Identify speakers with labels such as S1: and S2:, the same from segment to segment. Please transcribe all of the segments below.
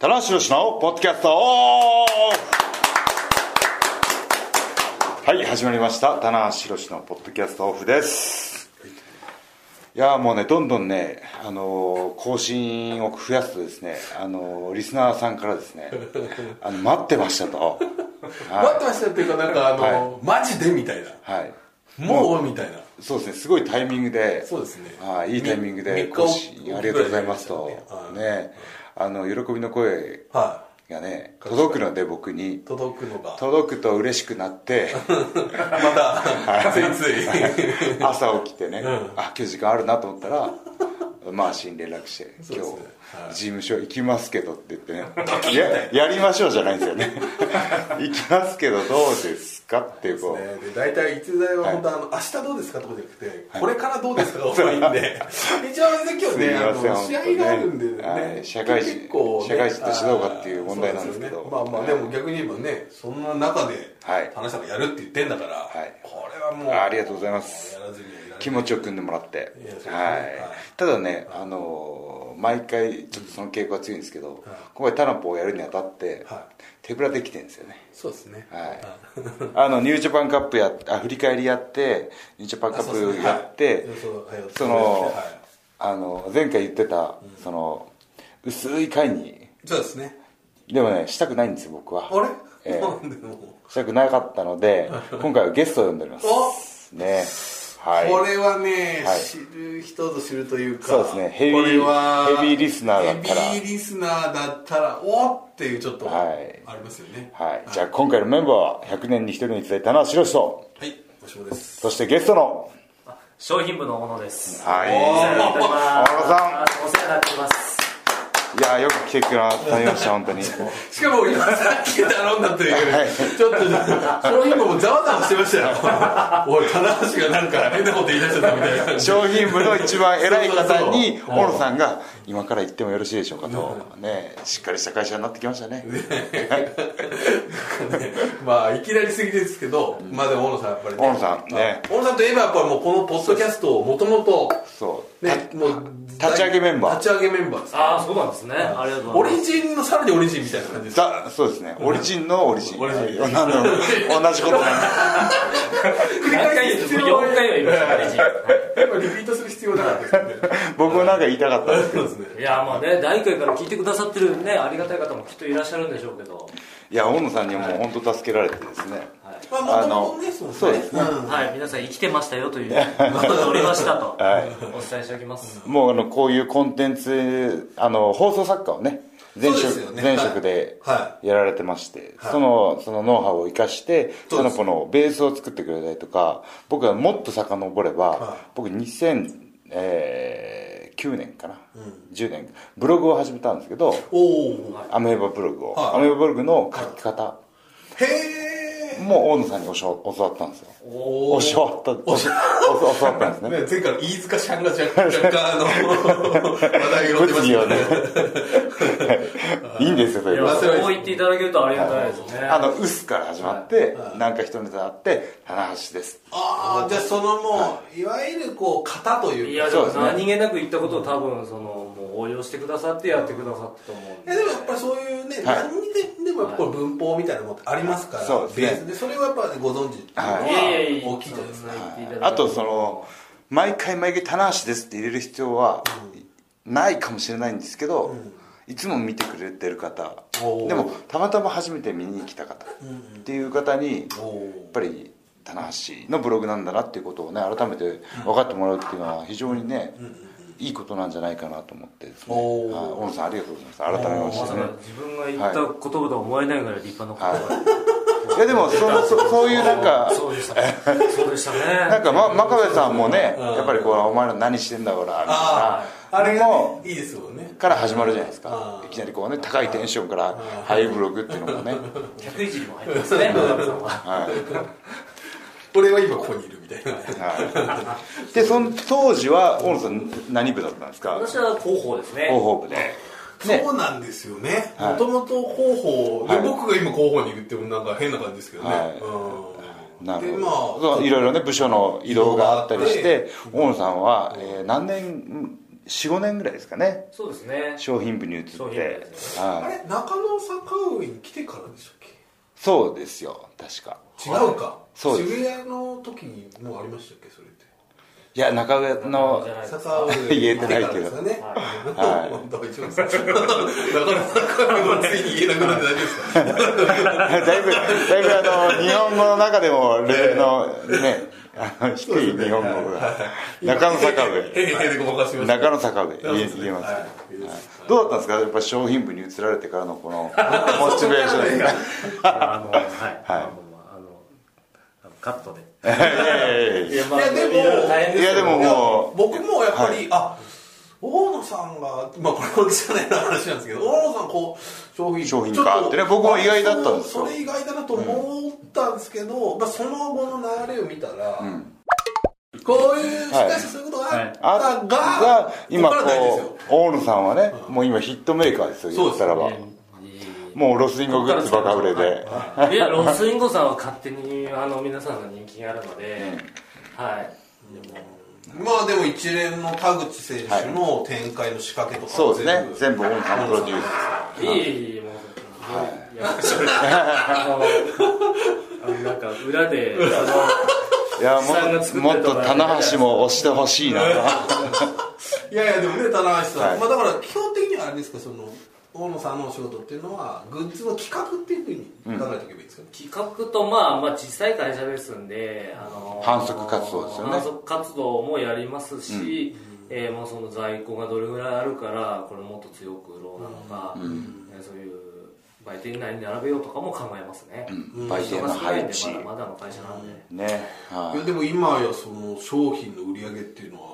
S1: 野宏のポッドキャストオフはい始まりました棚橋宏のポッドキャストオフですいやーもうねどんどんね、あのー更新を増やすとですね、あのーリスナーさんからです ねあの待ってましたと
S2: 待ってましたっていうかなんかあの、
S1: は
S2: マジでみたいな
S1: はい
S2: もうみたいな
S1: そうですねすごいタイミングで
S2: そうですね
S1: はいいいタイミングで
S2: み
S1: 更新
S2: み
S1: ありがとうございますと
S2: はい
S1: ねあの喜びの声
S2: は
S1: がね届くので僕に
S2: い届くのが
S1: 届くと嬉しくなって
S2: またついつい
S1: 朝起きてね、
S2: ん
S1: あ今日時間あるなと思ったらマーシーに連絡して「
S2: そう
S1: 今
S2: で
S1: 日
S2: すねはい
S1: 事務所行きますけど」って言ってね「ややりましょう」じゃないんですよね 「行きますけどどうですか?」っていうこう
S2: ねで大体いつだいは本当あの、明日どうですかとかじゃなくて、これからどうですかが多いん で一番ね今日ねあの試合があるんでね、
S1: はい社会人
S2: 結構ね
S1: 社会人としてどうかっていう問題なんですけど
S2: あーそうよねまあまあ
S1: はい
S2: でも逆に言えばねそんな中で
S1: はい
S2: 田中さんがやるって言ってんだから、
S1: い
S2: これはもう
S1: あありがとうございます
S2: やらずにはいられない
S1: 気持ちを組んでもらって
S2: いやそうですね
S1: は
S2: はい
S1: いただねあのー毎回ちょっとその傾向が強いんですけど今回タナポをやるにあたって
S2: は
S1: 手ぶらできてるんですよね
S2: そうですね
S1: はい、あのニュージャパンカップやあ振り返りやってニュージャパンカ
S2: あそう
S1: ッ
S2: です
S1: プ
S2: ね
S1: やって、
S2: はいそうはい
S1: その,、
S2: はい
S1: あの前回言ってた、その薄い回に
S2: そうですね
S1: でもねしたくないんですよ僕は
S2: あれ、
S1: ええ
S2: なんでも
S1: したくなかったの で今回はゲストを呼んでおりますねはい
S2: これはね、
S1: はい
S2: 知る人ぞ知るというか
S1: そうですねヘビー
S2: これは
S1: ヘビーリスナーだったら
S2: ヘビーリスナーだったらおっっていうちょっと
S1: は
S2: あ
S1: い
S2: りますよね
S1: はい、じゃあ今回のメンバーは100年に1人に伝えたのは白石と
S2: はいおしもです
S1: そしてゲストの
S3: 商品部の小野です。
S1: は
S3: お世話になっております。
S1: 小野さ
S3: お世話になっております。
S1: いやよく来てくださいました本当に
S2: しかも今さっき頼んだという、ちょっと商品部もざわざわしてましたよ おい棚橋がなんか変なこと言い出しちゃったみたいな
S1: 商品部の一番偉い方に小野さんが「今から行ってもよろしいでしょうかと」ねしっかりした会社になってきましたね
S2: まあいきなりすぎですけど、まあでも大野さんやっぱりね
S1: 大野さんね
S2: 大野さんといえばやっぱりもうこのポッドキャストをもともと
S1: そう
S2: ねもう
S1: 立ち上げメンバー
S2: 立ち上げメンバーです
S3: ああ、そうなんですね。ありがとうご
S2: オ
S3: ざいま
S2: リジンのさらにオリジンみたいな感じです
S1: だそうですねオリジンのオリジン
S2: オリジン
S1: はいなんだろう同じことなん です
S2: 繰
S3: す。
S2: り
S3: 何
S2: 返す
S3: 回言う
S2: 必
S3: と
S2: 要
S3: 4回は言いましたオリジ
S2: やっぱリピートする必要なかったですよね
S1: 僕もなんか言いたかったんですけ
S2: そ
S1: ど
S2: うですね
S3: ン。いや、まあね、第一回から聞いてくださってるね、ありがたい方もきっといらっしゃるんでしょうけど。
S1: いや大野さんにはもう本当助けられてですね
S3: はい。
S2: まあ
S1: あ
S2: 元
S1: の
S2: 々ねそう
S1: そうですね
S2: ん
S3: はい、皆さん生きてましたよという、おりましたと、お伝えしておきます。
S1: もうあのこういうコンテンツあの放送作家をね前
S2: そうですよ
S1: 職
S2: ね
S1: 前職で
S2: は
S1: やられてまして、
S2: はい
S1: そのそのノウハウを生かして
S2: そ
S1: そ
S2: うで
S1: の
S2: す
S1: 子のベースを作ってくれたりとか僕はもっと遡れば、
S2: はい
S1: 僕2009年かな、10年ブログを始めたんですけど
S2: おお
S1: アメーバブログを、
S2: はい
S1: アメーバブログの書き方
S2: へえ
S1: も大野さんに教わ教わったんですよ
S2: おお
S1: 教わった教教わったんですね
S2: ね、前回の飯塚ちゃんが若干若干あ の話題を呼んでま
S1: 物
S2: し
S1: 議
S2: た
S1: を
S2: けど
S1: ねいいんですよそ
S3: い
S1: れ
S3: や、
S1: は
S2: 忘れました
S3: そう言っていただけるとありがたいですね。
S1: あの、うすから始まって、
S2: はい
S1: なんか一ネタあって、棚橋です。
S2: ああじゃあそのもう、い、わゆるこう型というか
S3: いや、で
S1: そ
S3: も
S1: うですね
S3: 何気なく言ったことを多分、その、もう応用してくださってやってくださったと思う
S2: い
S3: んで。
S2: やでもやっぱりそういうね、
S1: はい
S2: 何にででもやっぱり文法みたいなものってありますから、
S1: そうですね
S2: ベースでそれはやっぱりご存知っていうの
S1: はい
S2: は大きいじゃないですか、
S1: あと、その、毎回毎回棚橋ですって入れる必要は、ないかもしれないんですけど、いつも見てくれてる方
S2: おー
S1: でもたまたま初めて見に来た方っていう方にや
S2: おー
S1: っぱり棚橋のブログなんだなっていうことをね改めて分かってもらうっていうのは非常にねいいことなんじゃないかなと思ってですねはい
S2: おー
S1: 大野さんありがとうございます改めま
S3: ま
S1: して
S3: さ
S1: ね
S3: か自分が言った言葉とは思えないぐらい立派な言葉
S1: いやでもそのそそういうなんか
S3: そうでしたね。そうでしたね。
S1: なんか、ま、真壁さんもね、やっぱりこう、お前ら何してんだ、ほら、みたいな
S2: あ。ああれが、
S1: も
S2: ね、いいですもんね
S1: から始まるじゃないですか
S2: あ。ー
S1: いきなりこうね、高いテンションから、ハイブログっていうのもね。
S3: 客いじりも入ってま すね、真壁さんは。
S1: はい。
S2: 俺は今ここにいるみたいな
S1: はい。で、その当時は、大野さん、何部だったんですか
S3: 私は広報ですね。
S1: 広報部で。ね
S2: そうなんですよね
S1: はい
S2: もともと広報で、
S1: はい
S2: 僕が今広報にいるってもなんか変な感じですけどね、
S1: はい
S2: うん
S1: なる
S2: で
S1: ほ
S2: ま
S1: ど
S2: あ
S1: そういろいろね部署の移動があったりし
S2: 移動があって
S1: 大野さんは、えー何年45年ぐらいですかね
S3: そうですね
S1: 商品部に移って
S3: 商品部です
S2: あ
S1: はい
S2: れ中野坂上に来てからでしたっ
S1: そうですよ確か
S2: け違うか
S1: そうです
S2: 渋谷の時にもうありましたっけそれって
S1: いや中上の
S3: じゃないです
S2: 坂上
S1: 言えてないけど
S2: 来からですよね
S1: はい
S2: 本当一番最初中野坂上はついに言えなくなって大丈夫ですか
S1: だいぶだいぶあの日本語の中でもレベルのねあの低い日本語が中野坂
S2: へいへい
S1: 上
S2: へいでごまかしました
S1: 中野坂上言え
S2: そうですね
S1: 言えますけど
S2: はいいいです
S1: どうだったんですかやっぱ商品部に移られてからのこのモチベーションが
S3: あのはい、まあまあまああのあのカットで
S1: いやいやいや
S3: や,、
S2: いやでも
S1: いやでもも
S2: 僕もやっぱり、あ大野さんが、まあ、これも知らない話なんですけど大野さんこう商品
S1: 商品
S2: ちょ
S1: 化
S2: と
S1: ってね僕も意外だったんですよ
S2: あそれそれ意外だなと思ったんですけど、まあ、その後の流れを見たら、
S1: ん
S2: こういうしかしそういうことがあったが,、
S1: あが今こ
S2: ここからないですよ
S1: う大野さんはねもう今ヒットメーカーですよ言ったらばもうロスインゴグッズバカ売れで
S3: いやロスインゴさんは勝手にあの皆さんの人気があるので、はいでも
S2: まあでも一連の田口選手の展開の仕掛けとか
S1: そうですね全部大野さんプロデュース
S3: いえいえいえもう、い、や あのあのなんか裏でその
S1: いや
S3: おじさんが
S1: も
S3: 作
S1: も
S3: っ
S1: って
S3: た
S1: と
S3: のは
S1: 棚橋も押してほしいな
S2: いやいやでもね棚橋さん、
S1: はい
S2: まあだから基本的にはあれですかその大野さんのお仕事っていうのはグッズの企画っていうふうに考えておけばいいですかね、
S3: 企画とまあまあ小さい会社ですんであの
S1: 販促活動ですよね
S3: 販促活動もやりますし、えーもうその在庫がどれぐらいあるからこれもっと強く売ろうなのか、えーそういう売店に何並べようとかも考えますね、
S1: 売店の配
S3: 人が
S1: 置
S3: 少ないんでまだまだの会社なんで、
S1: ね
S2: い
S1: は
S2: やでも今やその商品の売り上げっていうのは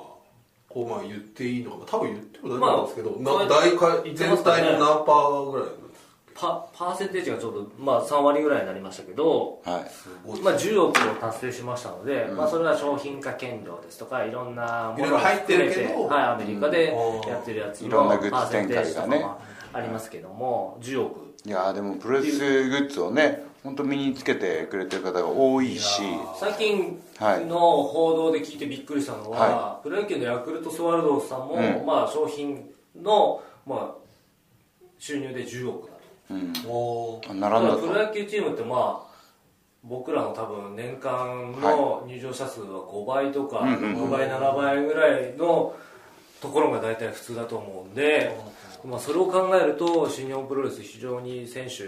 S2: こうまあ言っていいのかまあ多分言っても大丈夫なんですけど、
S3: まあ
S2: な大
S3: 言
S2: 会
S3: って
S2: 全
S3: ますかね
S2: 体の何パーぐらいなんです
S3: パパーセンテージがちょっとまあ3割ぐらいになりましたけど
S1: い、はい、
S2: ごい
S3: まあ、10億を達成しましたので、まあ、それは商品化兼業ですとかいろんなものが含め
S2: いろいろ入ってるけど
S3: はい、アメリカで
S2: うん
S3: やってるやつ
S1: いろんなグ
S3: パ
S1: ッ
S3: ー
S1: ズ
S3: セ
S1: 展
S3: ンテー
S1: 開
S3: ジと
S1: が
S3: か
S1: ね
S3: もありますけども10億
S1: いやでもプロレスグッズをね本当身につけてくれてる方が多いし
S3: 最近
S1: はい
S3: の報道で聞いてびっくりしたのは、
S1: は
S3: プロ野球のヤクルトスワローズさんも、
S1: うん
S3: まあ、商品の、まあ、収入で10億だと
S1: うん
S2: おー
S1: あ並ん
S3: た
S1: だ
S3: だプ
S1: と
S3: ロ野球チームってまあ僕らの多分年間の入場者数は5倍とか
S1: うんうん
S3: 6倍7倍ぐらいのところが大体普通だと思うんで、まあ、それを考えると新日本プロレス非常に選手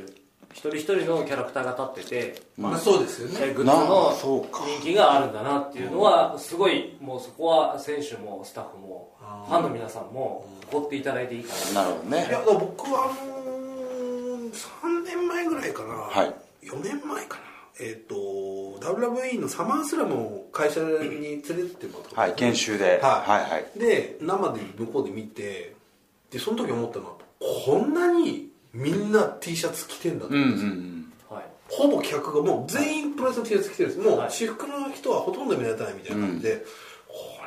S3: 一人一人のキャラクターが立ってて
S2: まあ、そうですよね
S3: えグッズ
S1: なあ
S3: の
S1: そうか
S3: 人気があるんだなっていうのはすごいもうそこは選手もスタッフもファンの皆さんも誇っていただいていいかな
S1: なるほど
S2: いや
S1: ね
S2: だから僕はあのー、3年前ぐらいかな、
S1: はい
S2: 4年前かなえっ、と WWE のサマースラムを会社に連れてってもらった
S1: はい研修で、
S2: は
S1: はいい、はい
S2: で生で向こうで見てでその時思ったのはこんなにみんな T シャツ着てんだと、
S1: うんうんうん
S3: はい
S2: ほぼ客がもう全員プロレスの T シャツ着てるんですもう
S3: はい
S2: 私服の人はほとんど目立たないみたいな感じで、こ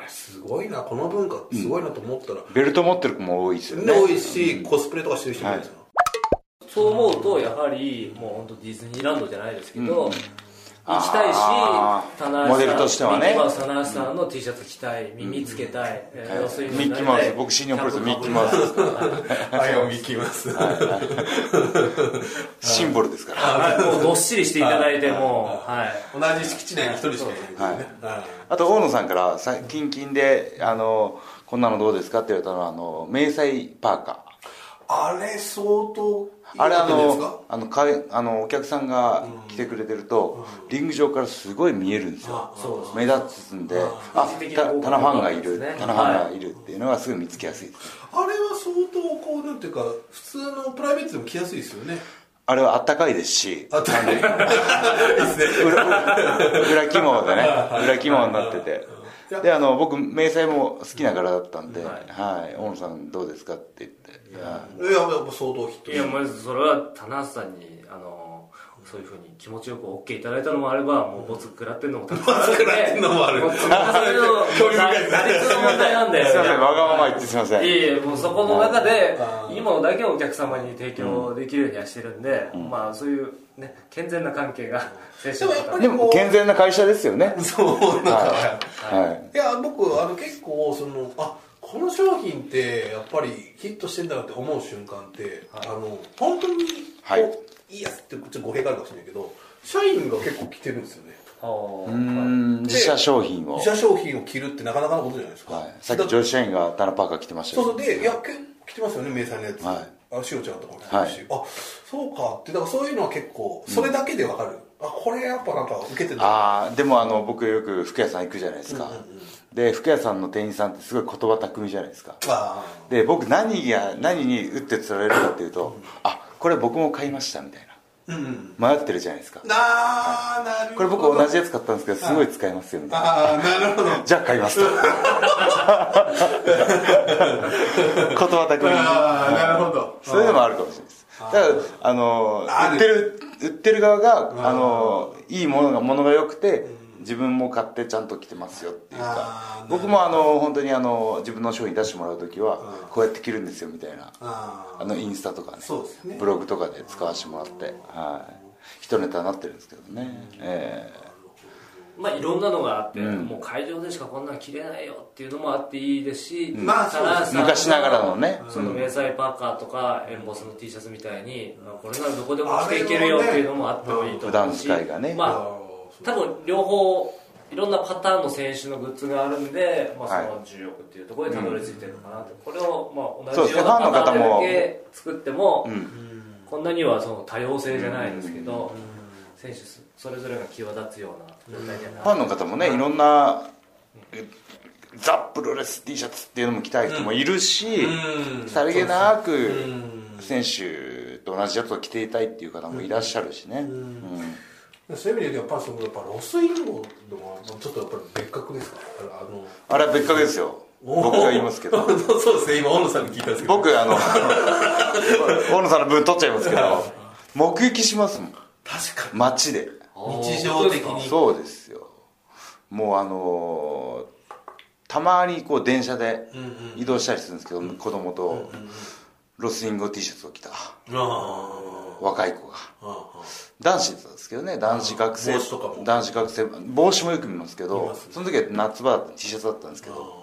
S2: れすごいなこの文化ってすごいなと思ったら、
S1: ベルト持ってる子も多いですよ
S2: で
S1: ね
S2: 多いし、コスプレとかしてる人もいるんですよ、
S3: そう思うとやはりもう本当ディズニーランドじゃないですけど、行きたいし
S1: あー
S3: 棚橋さん
S1: モデルとしてはね
S3: ミッキーマウス棚橋さんの T シャツ着たい耳つけたい、えー
S1: はい
S3: 要するに
S1: ミッキーマウス僕新日本プロレスミッキーマウスです
S2: はい、読みきます。
S1: シンボルですから
S3: はいもうどっしりしていただいてもうはい
S2: 同じ敷地内に一人しかいないですね。は
S1: あと大野さんからさ近々であのこんなのどうですかって言われたのはあの迷彩パーカ
S2: いあれ相当
S1: ーあれあ
S2: いいんじゃないですか
S1: のあのかいあのお客さんが来てくれてると、リング上からすごい見えるんですよ
S2: あ
S3: そうです
S1: 目立つんであ
S3: 一時的
S1: た
S3: な
S1: 棚ファンがいる
S3: ですね
S1: 棚ファンがいるっていうのがすぐ見つけやすいですね
S2: あれは相当こうなんていうか普通のプライベートでも着やすいですよね。
S1: あれはあったかいですし
S2: あと ね、いいですね。
S1: 裏起毛でね裏起毛になっててであの僕迷彩も好きな柄だったんで「
S3: は
S1: はい大野さんどうですか?」って言ってはい
S2: いややっぱ相当ヒット。
S3: いやまずそれは棚橋さんにあのそういうふうに気持ちよく OK いただいたのもあればもうボツ食らってるのもたくさんあるんで
S2: ボツ食らってんのもある
S3: うそれ は
S2: 興味深いですね
S3: 打率の問題なんで
S1: すいませんわがまま言ってすいません
S3: いえいえもうそこの中で
S2: あー
S3: いいものだけをお客様に提供できるようにはしてるんで、まあそういうね健全な関係が選手の
S2: でもやっぱ
S3: 方
S2: り
S3: に
S1: でも健全な会社ですよね
S2: そうなんか。
S1: はい
S2: いや僕あの結構そのあここの商品ってやっぱりヒットしてんだなって思う瞬間って、
S3: はい
S2: あの本当にこう、
S1: はい
S2: い、いやつってちょっと語弊があるかもしれないけど社員が結構着てるんですよね
S1: う
S3: ー
S1: ーん自社商品を、
S2: 自社商品を着るってなかなかのことじゃないですか、
S1: はい、さっき女子社員がタナパーカー来てました
S2: そう
S1: け
S2: そ
S1: ど
S2: うでいやけ着てますよね迷彩のやつ、
S1: はい
S2: あしおちゃんとかも着てるし、あそうかってだからそういうのは結構それだけでわかる、あこれやっぱなんか受けてる
S1: ああでもあの僕よく服屋さん行くじゃないですか、で服屋さんの店員さんってすごい言葉巧みじゃないですか
S2: あ
S1: で僕何が何に打って釣られるかっていうとあこれ僕も買いましたみたい
S2: ーうんうん
S1: な迷ってるじゃないですか
S2: なあなる
S1: こ
S2: ほ
S1: れ
S2: ど
S1: 僕同じやつ買ったんですけどすごい使えますよみたいな
S2: ああなるほ ど
S1: じゃあ買い ますと言葉巧みに
S2: ああなるほど
S1: そういうのもあるかもしれないですだからあの
S2: あ
S1: 売ってる売ってる側があのいいものがものが良くて自分も買ってちゃんと着てますよっていう
S2: あ
S1: か
S2: ー
S1: 僕もあの本当にあの自分の商品出してもらう時はこうやって着るんですよみたいな
S2: あ
S1: あのインスタとかね
S2: そうですね
S1: ブログとかで使わせてもらってはい一ネタになってるんですけどねええ
S3: まあいろんなのがあって、もう会場でしかこんなん着れないよっていうのもあっていいですし、
S2: まあそうです
S3: 棚橋さんの
S1: 昔ながらのね
S3: その迷彩パーカーとかエンボスの T シャツみたいに、まあ、これならどこでも着ていけるよっていうのもあってもいいと
S1: 普
S3: 思
S1: 段
S3: うし
S1: 使いがね
S2: あ
S3: まあ多分両方いろんなパターンの選手のグッズがあるんで、まあ、その重欲っていうところにたどり着いてるのかなって、これをまあ
S1: そう
S3: 同
S1: で
S3: じ
S1: す
S3: よ
S1: ね
S3: うなパターン
S1: ファンの方も
S3: だけ作っても、
S1: うん
S3: こんなにはその多様性じゃないですけど、選手それぞれが際立つような状態じゃない
S1: ファンの方もねいろんなえザ・プロレス T シャツっていうのも着たい人もいるし
S2: うん
S1: さりげな
S2: う
S1: く
S2: ん
S1: 選手と同じやつを着ていたいっていう方もいらっしゃるしね、うん
S2: そういう意味でやっぱりそのやっぱロスインゴでもちょっとやっぱり別格ですかあの
S1: あれは別格ですよ僕が言いますけど
S2: そうですね今大野さんに聞いたんですけど
S1: 僕 あの 大野さんの分取っちゃいますけど目撃しますもん
S2: 確か
S1: 街で
S2: 日常的に
S1: そうですよもうあのたまにこう電車で移動したりするんですけど、子供とロスインゴ T シャツを着た
S2: あ
S1: 若い子が
S2: あああ
S1: 男子だったんですけどね男子学生
S2: 帽子とかも
S1: 男子学生帽子もよく見ますけど
S2: 見ますね
S1: その時は夏場だった T シャツだったんですけど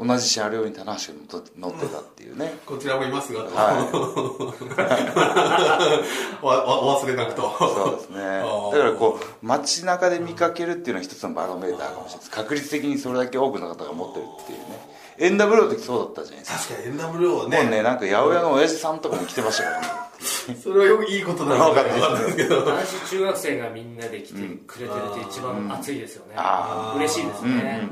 S1: 同じ車両に棚橋が乗って乗ってたっていうね、
S2: こちらもいますが、
S1: は
S2: わわ忘れなくと
S1: い、そうですねだ
S2: あ
S1: からこう街中で見かけるっていうのは一つのバロメーターかもしれないです確率的にそれだけ多くの方が持ってるっていうねエンダブルーの時そうだったじゃないですか
S2: 確かに NW は
S1: もう
S2: ね
S1: ねなんか八百屋の親父さんとかも来てましたからね
S2: それはよくいいことなのか分かんないですけど
S3: 男子中学生がみんなで来てくれてるって一番熱いですよね、
S1: あ
S3: 嬉しいですね、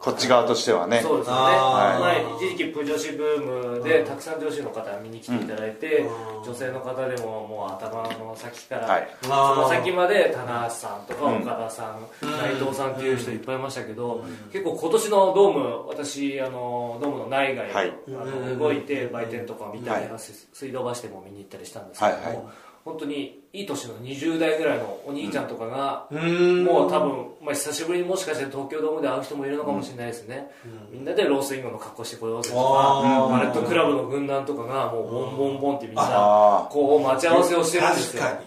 S1: こっち側としてはね
S3: そうですよね、
S2: あ
S3: はい、一時期プ女子ブームでたくさん女子の方見に来ていただいて、女性の方でももう頭の先か
S1: は
S3: ら
S1: い
S3: つま先まで棚橋さんとか岡田さん、内藤さんっていう人いっぱいいましたけど、結構今年のドーム私あのドームの内外、
S1: はい
S3: あの動いて売店とか見たり、
S1: は
S3: す水道橋でも見に行ったりしたんですけども、
S1: はいはい
S3: 本当にいい年の20代ぐらいのお兄ちゃんとかが、
S2: ん
S3: もう多分、まあ、久しぶりにもしかして東京ドームで会う人もいるのかもしれないですね、みんなでロースインゴの格好してこようぜと
S2: あー
S3: かバレットクラブの軍団とかがもうボンボンボンってみん
S1: あ
S3: な
S1: ー
S3: こう待ち合わせをしてるんです
S2: 確
S3: よ
S2: か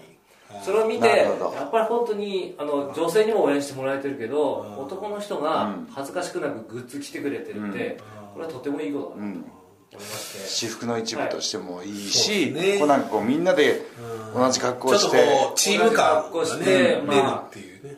S2: に
S3: それを見て
S1: なる
S3: や
S1: ほど
S3: っぱり本当にあの女性にも応援してもらえてるけど男の人が恥ずかしくなくグッズ着てくれてるってこれはとてもいいことだなと思いまし
S1: 私
S3: て
S1: 服の一部としてもいいし、
S2: はいそうね
S1: こうなんかこうみんなで同じ格好を
S2: ちょ
S1: し、
S2: ってとこうチーム感
S3: 同じ
S2: が
S3: 格好し
S2: ね
S3: て
S2: 出る
S3: まあ
S2: っていうね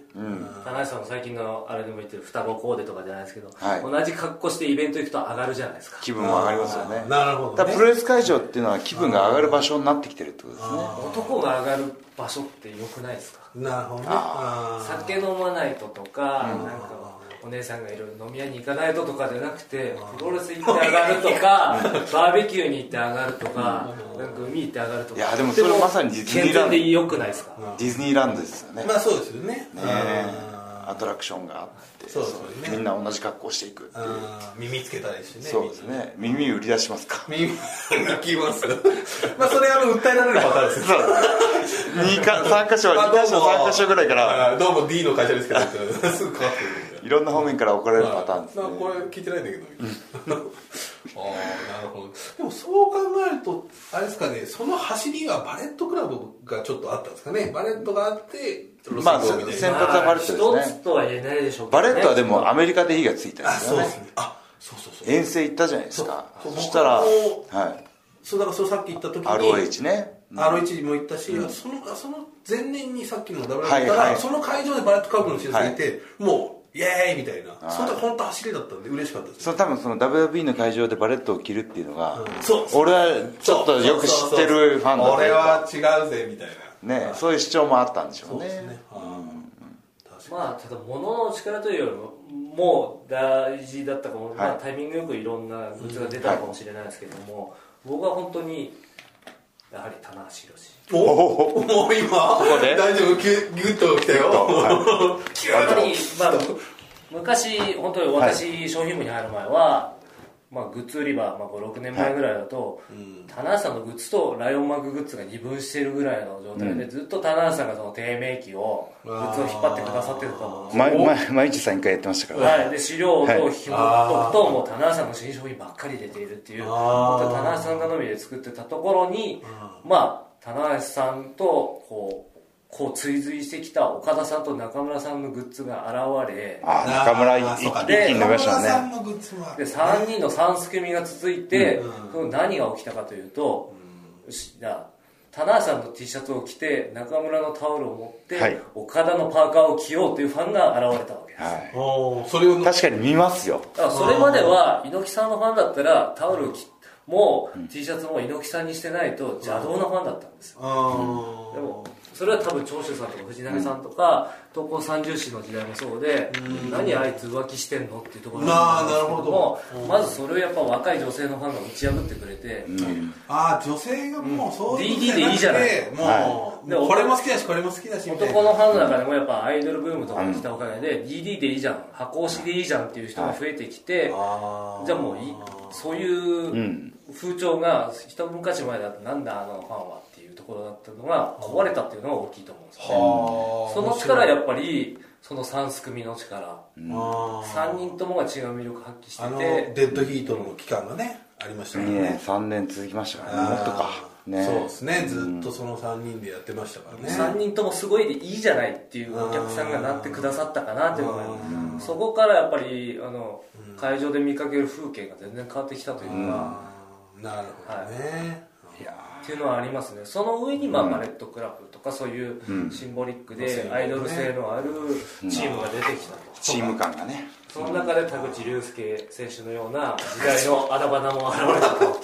S3: 棚橋さんの最近のあれでも言ってる双子コーデとかじゃないですけど
S1: はい
S3: 同じ格好してイベント行くと上がるじゃないですか
S1: 気分も上がりますよね
S2: あーなるほどね
S1: だからプロレス会場っていうのは気分が上がる場所になってきてるってことですね
S3: 男が上がる場所って良くないですか
S2: なるほどねあ
S3: 酒飲まないととか、なんかお姉さんがいる飲み屋に行かないととかじゃなくてプロレス行って上がると かバーベキューに行って上がるとかなんか海行って上がるとか
S1: いやでもそれまさにディズニーランド
S3: 健全で良くないですか
S1: ディズニーランドですよね
S2: ーまあそうですよね
S1: ね
S2: あ
S1: アトラクションがあって
S2: そうです
S1: み
S2: ね
S1: んな同じ格好していくって
S2: ー
S1: いう
S2: あー耳つけたりしてね
S1: そうですね耳売り出します か
S2: 耳がきます まあそれあの訴えられるパターンです
S1: そう
S2: よ
S1: 2か3か所2か所3か所ぐらいから
S2: あどうも D の会社ですけ どすぐかかってくるみたいない
S1: ろんな方面から怒られるパターンですね
S2: あこれ聞いてないんだけど ああなるほどでもそう考えるとあれですかねその走りがバレットクラブがちょっとあったんですかねバレットがあってロスインゴみたい
S1: 先
S2: な
S1: 発はバレットですね
S3: まあ一つとは言えないでしょうけ
S1: バ
S3: ど
S1: レ
S3: ね
S1: ットはでもアメリカで火がついた
S2: あ
S1: んです
S2: そう
S1: よ
S2: で
S1: ね
S2: すねあそうそうそう
S1: 遠征行ったじゃないですか
S2: そ
S1: そうしたら、
S2: 僕
S1: は
S2: そうだからそうさっき言った時
S1: い、
S2: に
S1: ROH ね、うん
S2: ROH も行ったし、そのその前年にさっきの W
S1: は
S2: だ
S1: い
S2: ったら、
S1: はい
S2: その会場でバレットカープの選手がいて、もうイエーイみたいな、その時本当走りだったんで嬉しかったです
S1: その多分その WB の会場でバレットを着るっていうのが、
S2: うんそう
S1: 俺はちょっとよく知ってるファンだ
S2: そう
S1: とい
S2: そうそう俺
S1: うか
S2: は違うぜみたいな
S1: ねそういう主張もあったんでしょ
S2: そううです
S1: ね
S2: ねうん確か
S3: まあただ物の力というよりももう大事だったかも、まあ、タイミングよくいろんなグッズが出たのかもしれないですけども、僕は本当にやはり棚橋宏
S2: におもう今
S1: こで
S2: 大丈夫ギュギュッと来たよ、キュ
S3: やっぱ
S2: ッ
S3: り、まあ、昔本当に私商品部に入る前は、まあ、グッズ売り場、まあ、56年前ぐらいだと、棚橋さんのグッズとライオンマークグッズが二分してるぐらいの状態で、ずっと棚橋さんがその低迷期をグッズを引っ張ってくださってたと思うんですよ
S1: 毎毎毎日3回やってましたから、
S3: はい、で資料と紐解くと、
S2: あー
S3: もう棚橋さんの新商品ばっかり出ているっていう
S2: あー
S3: 本当に棚橋さん頼みで作ってたところに、まあ棚橋さんとこうこう追随してきた岡田さんと中村さんのグッズが現れ
S1: ああ中村一一気に伸びましたね
S2: のグッズもあ
S3: で
S2: る
S3: 3人の三すくみが続いて、その何が起きたかというと、しな棚橋さんの T シャツを着て中村のタオルを持って、
S1: はい
S3: 岡田のパーカーを着ようというファンが現れたわけです、
S1: は
S2: おーそれを
S1: い、確かに見ますよ
S3: だからそれまでは猪木さんのファンだったらタオルをきも T シャツも猪木さんにしてないと邪道なファンだったんですよ
S2: あ
S3: でもそれは多分長州さんとか藤波さんとか東高三重士の時代もそうで何あいつ浮気してんのっていうところんですけも
S2: なあなるほどうん
S3: まずそれをやっぱ若い女性のファンが打ち破ってくれて
S2: あー女性がもうそういう
S3: DD でいいじゃない
S2: もう、
S1: は
S2: もうこれも好きだしこれも好きだしみたいな
S3: 男のファンの中でもやっぱアイドルブームとかが来たおかげで DD でいいじゃん箱押しでいいじゃんっていう人が増えてきて
S2: あー
S3: じゃあもういそういう風潮が一昔前だとなんだあのファンはっていうところだったのが壊れたっていうのが大きいと思うんですよね
S2: はあ
S3: その力はやっぱりその三すくみの力
S2: あー
S3: 3人ともが違う魅力発揮し
S2: あの
S3: てて
S2: デッドヒートの期間がねありました
S1: 2
S2: から
S1: 年3年続きましたからねもっとか
S2: あー
S1: ね
S2: そうですねずっとその3人でやってましたからね
S3: 3人ともすごいでいいじゃないっていうお客さんがなってくださったかなっていうのがそこからやっぱりあの会場で見かける風景が全然変わってきたというか
S2: あーなるほどね、
S1: いや
S3: っていうのはありますねその上にまあバレットクラブとかそういうシンボリックでアイドル性のあるチームが出てきたと
S1: チーム感がね
S3: その中で田口竜介選手のような時代のあだばなも現れたと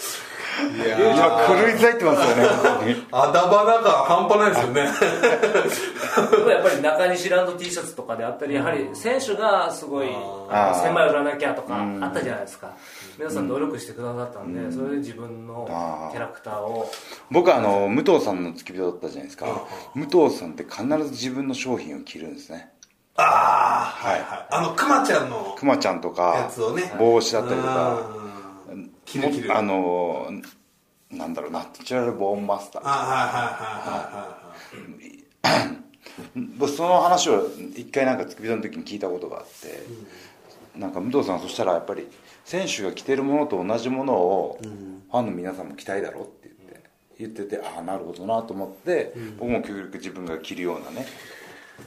S2: い、や
S1: いや狂い咲いてますよね本当に
S2: あだばな感半端ないですよ ね
S3: やっぱり中西ランド T シャツとかであったりやはり選手がすごい
S1: あー
S3: 狭い売らなきゃとかあったじゃないですか皆さん努力してくださったんでそれで自分のキャラクターを
S1: 僕はあの武藤さんの付き人だったじゃないですか武藤さんって必ず自分の商品を着るんですね
S2: ああはいはいあのクマちゃんの
S1: クマちゃんと
S2: や
S1: か
S2: つをね
S1: 帽子だったりとか
S2: うんキルキル
S1: もあのなんだろうナチュラルボーンマスター
S2: あーはいはいはいはいはいはい
S1: 僕その話を一回なんか付き人の時に聞いたことがあって、なんか武藤さんそしたらやっぱり選手が着てるものと同じものをファンの皆さんも着たいだろうって言って、言っててああなるほどなと思って、僕も極力自分が着るようなね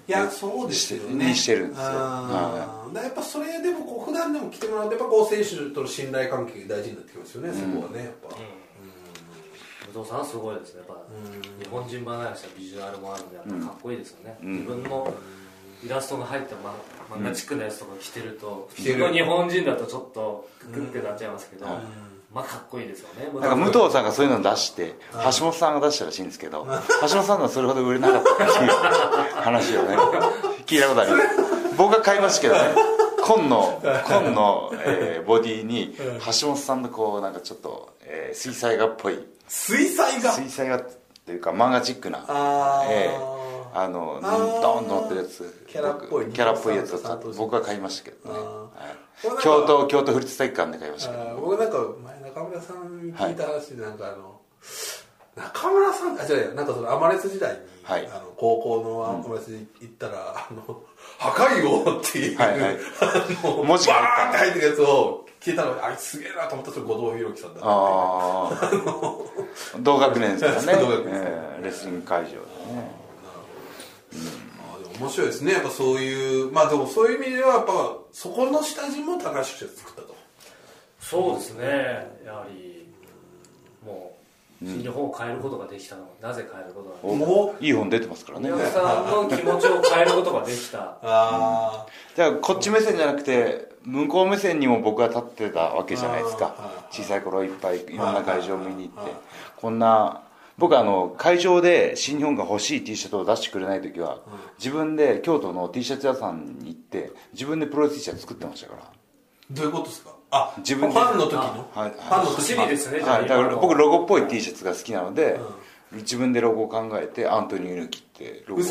S2: いやそうですよ
S1: し
S2: ね
S1: てしてるんですよ
S2: あーだからやっぱそれでもこう普段でも来てもらうとやっぱこう選手との信頼関係大事になってきますよね、そこはねやっぱ、
S3: 武藤さんはすごいですねやっぱ日本人離れしたビジュアルもあるんでやっぱかっこいいですよね、自分のイラストが入ったま漫画チックなやつとか着てると、普
S2: てる
S3: 通の日本人だとちょっとグッてなっちゃいますけど、まあかっこいいですよね
S1: なんか武藤さんがそういうのを出して橋本さんが出したらしいんですけど橋本さんのはそれほど売れなかったっていう話を ね聞いたことあります僕が買いましたけどね紺の紺の、えーボディに橋本さんのこうなんかちょっと、えー水彩画っぽい
S2: 水彩画
S1: 水彩画っていうか漫画チックな
S2: あー
S1: えーあの
S2: あー
S1: ドーンと乗ってるやつ
S2: キャラっぽい
S1: 僕キャラっぽいやつを買っ
S2: 佐藤さん
S1: 僕は買いましたけどね、
S2: あー
S1: はい
S2: これなんか
S1: 京都京都府立体育館で買いましたけど
S2: あー僕なんか前中村さんに聞いた話でなんかあの、中村さんあ違う違うなんかそのアマレス時代に、
S1: はい
S2: あの高校のアマレスに行ったら、あの破壊王っていう、
S1: はいはい
S2: あの
S1: 文字が入った
S2: バーンって入ってるやつを聞いたのにあれすげえなと思ったら後藤弘樹さんだった
S1: ああ同学年ですからね
S2: 同学年
S1: えーレスリング会場でね
S2: あでも面白いですねやっぱそういうまあでもそういう意味ではやっぱそこの下地も高橋選手が作ったと
S3: そうですねやはりもう日本を変えることができたのはなぜ変えることができたのか
S1: お
S2: も
S1: いい本出てますからね
S3: 宮本さんの気持ちを変えることができた
S2: あ
S1: じゃあこっち目線じゃなくて向こう目線にも僕は立ってたわけじゃないです
S2: あーは
S1: か
S2: い
S1: 小さい頃いっぱいいろんな会場を見に行っ
S2: はい
S1: てこんな僕あの会場で新日本が欲しい T シャツを出してくれない時は自分で京都の T シャツ屋さんに行って自分でプロレス T シャツ作ってましたから
S2: ーどういうことですかあ
S1: 自分で
S2: ファンの時の、
S1: はい
S2: ファンの時
S3: 走りですね
S1: はい、だから僕ロゴっぽい T シャツが好きなので、自分でロゴを考えてアントニオ猪木ってロゴを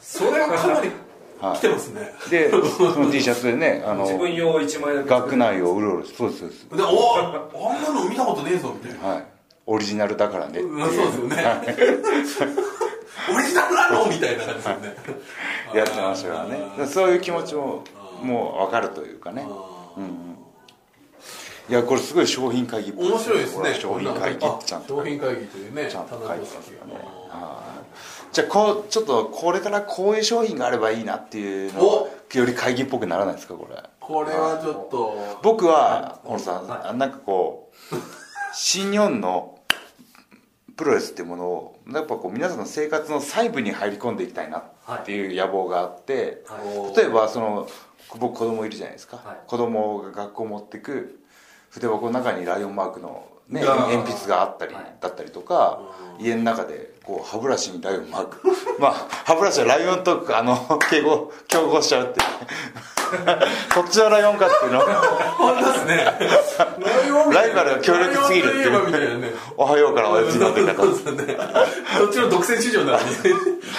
S2: それはかなり
S1: はい
S2: 来てますね、
S1: でその T シャツでねあの
S3: 自分用1枚だけ
S1: 学内をうろうろそうですそうです
S2: でおおあんなの見たことねえぞみたいな
S1: はいオリジナルだからね
S2: うん そうですよね。 オリジナルなのみたいな感じですよね。
S1: やってましたからねだからそういう気持ちももう分かるというかね
S2: あー
S1: いやこれすごい商品会議っぽ
S2: 面白いです
S1: これ
S2: ね。
S1: は商品会議ってちゃんと
S2: あ商品会議というね。
S1: ちゃんと書いてますからね
S2: 田中さん
S1: じゃあこうちょっとこれからこういう商品があればいいなっていうのをより会議っぽくならないですかこれ
S2: これはちょっと。
S1: 僕は小野さん、
S3: は
S1: なんかこう新日本のプロレスっていうものをやっぱこう皆さんの生活の細部に入り込んでいきたいなっていう野望があって、
S3: は
S1: 例えばその僕子供いるじゃないですか、
S3: はい
S1: 子供が学校持ってく筆箱の中にライオンマークの、ね、
S2: あー
S1: 鉛筆があったり
S3: はい
S1: だったりとか、家の中でこう歯ブラシにライオンマーク まあ歯ブラシはライオンとあの敬語競合しちゃう っていうねそっちのライオンかっていうの
S2: 本当ですね。ライオ ン
S1: ライバルが強力すぎるっていう
S2: ライオンといえばみた いなね。
S1: おはようからおやつになってる方
S2: そうですよね。 どっちの独占市場なのに、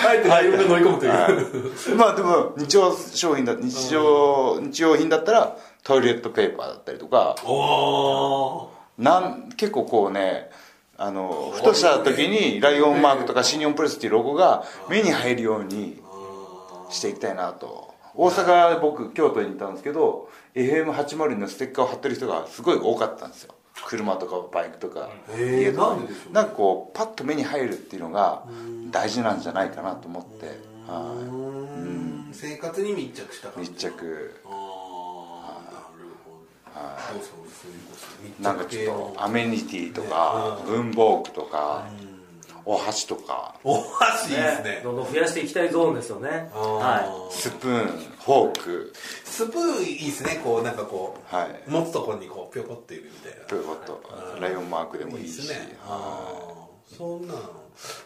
S2: あえてライオンが乗り込むという。
S1: まあでも日用商品だ日常日用品だったらトイレットペーパーだったりとか
S2: おー。
S1: なん結構こうねあのふとした時にライオンマークとか新日本プロレスっていうロゴが目に入るようにしていきたいなと大阪僕京都に行ったんですけど FM802 のステッカーを貼ってる人がすごい多かったんですよ車とかバイクとか
S2: え
S1: 家
S2: ー、
S1: とか
S2: なんででしょう
S1: なんかこうパッと目に入るっていうのが大事なんじゃないかなと思っては
S2: うん生活に密着した
S1: い
S2: 感じ
S1: 密着
S2: ああなるほどどうですかそういうこと
S1: なんかちょっとアメニティと
S2: ね
S1: か文房具とかお箸とか
S2: お箸いいですね
S3: どんどん増やしていきたいゾーンですよね
S2: あー
S3: は
S1: スプーンフォーク
S2: スプーンいいですねこうなんかこう、
S1: はい
S2: 持つとこにこうピョコっているみたい
S1: ということライオンマークでも
S2: ないいい
S1: い
S2: で
S1: し
S2: すねあーそんなの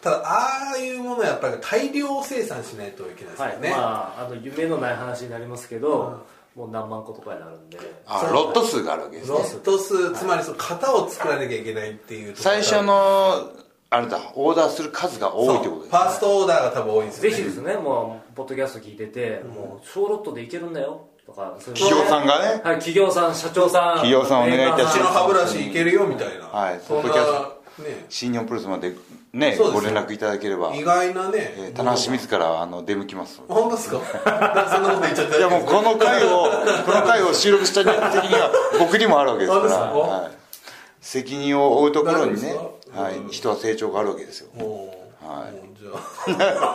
S2: ただああいうものはやっぱり大量生産しないといけないですよ
S3: い、はい
S2: ね、
S3: まああの夢のない話になりますけど、もう何万個とかになるんで
S1: あロット数があるわけです
S2: ロ
S1: ね
S2: スト数つまりその型を作らなきゃいけないっていうところ
S1: 最
S2: が
S1: 初のあれだオーダーする数が多いってこと
S2: そう
S1: です
S2: ファーストオーダーが多分多いんです
S3: ぜ
S2: よね
S3: ひですねもうポッドキャスト聞いてて、もう小ロットでいけるんだよとかそういうの
S1: 企業さんがね
S3: はい、企業さん社長さん
S1: 企業さんお願いいたし
S2: 私
S1: ま
S2: の
S1: す
S2: 歯ブラシいけるよみたいな、
S1: はい
S2: そんな
S1: ポッドキ
S2: ね
S1: 新日本プロレスまでね
S2: そうで
S1: ご
S2: すね
S1: 連絡いただければ
S2: 意外なね、
S1: えー棚橋自らあの出向きますので
S2: 本当ですかそんなこと言っちゃって
S1: いやもうこの回をこの回を収録した時には僕にもあるわけですから、
S2: あそうですか
S1: はい、責任を負うところにね
S2: なるほど、
S1: はい、人は成長があるわけですよ
S2: もう、
S1: はい
S2: もうじゃ
S1: 何を言っ
S2: あ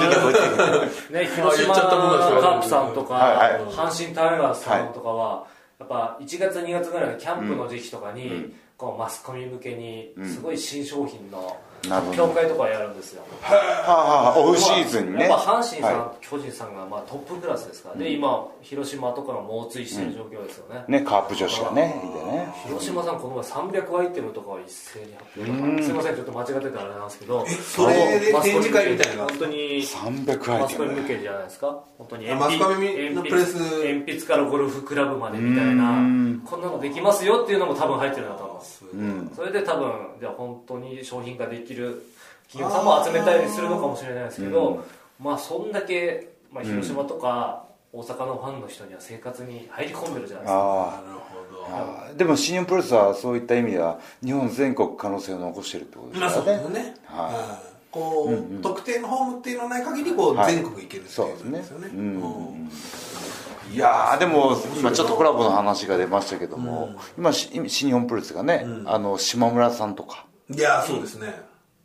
S1: てんだこいつ
S3: ね、広島
S2: あ言っちゃったもんだし
S3: カープさんとか、
S1: はいはい
S3: 阪神タイガースさんとかは、やっぱ1月2月ぐらいのキャンプの時期とかに、こうマスコミ向けにすごい新商品の
S1: なるほど
S3: 協会とかやるんですよ、
S1: はあはあオフシーズンにね
S3: やっぱ阪神さん、
S1: は
S3: 巨人さんがまあトップクラスですから、で今広島とかの猛追してる状況ですよね、
S1: いねカープ女子がねいてね
S3: 広島さんこの前300アイテムとかを一斉に発表とかすいませんちょっと間違ってたらあれなんですけど
S2: それで
S3: マスコミ
S2: 展
S3: 向け
S2: 示会みたいな
S3: 本当に
S1: 300ア
S3: マ
S1: イ
S3: ス
S1: テ
S3: コミ
S1: ム
S3: 向けじゃないですか本当に
S2: あマスコミのプレス
S3: 鉛筆鉛筆からゴルフクラブまでみたいなこんなのできますよっていうのも多分入ってるんだと思いますそれで多分じゃあ本当に商品化できる企業さんも集めたりするのかもしれないですけどまあそんだけ、まあ、広島とか大阪のファンの人には生活に入り込んでるじゃないですか
S1: あ
S2: なるほ
S1: あああでも新日本プロレスはそういった意味では日本全国可能性を残してるってこと
S2: どま
S1: で
S2: あ
S1: す
S2: そう
S1: か
S2: で
S1: ら
S2: す
S1: ね
S2: ね、はいこう、特定のホームっていうのはない限りこう、
S1: はい
S2: 全国行けるっていうことです
S1: そ
S2: よね
S1: うですねうん
S2: うん
S1: いやーでも今ちょっとコラボの話が出ましたけども、今し今新日本プロレスがね、あの島村さんとか
S2: いやそうですね、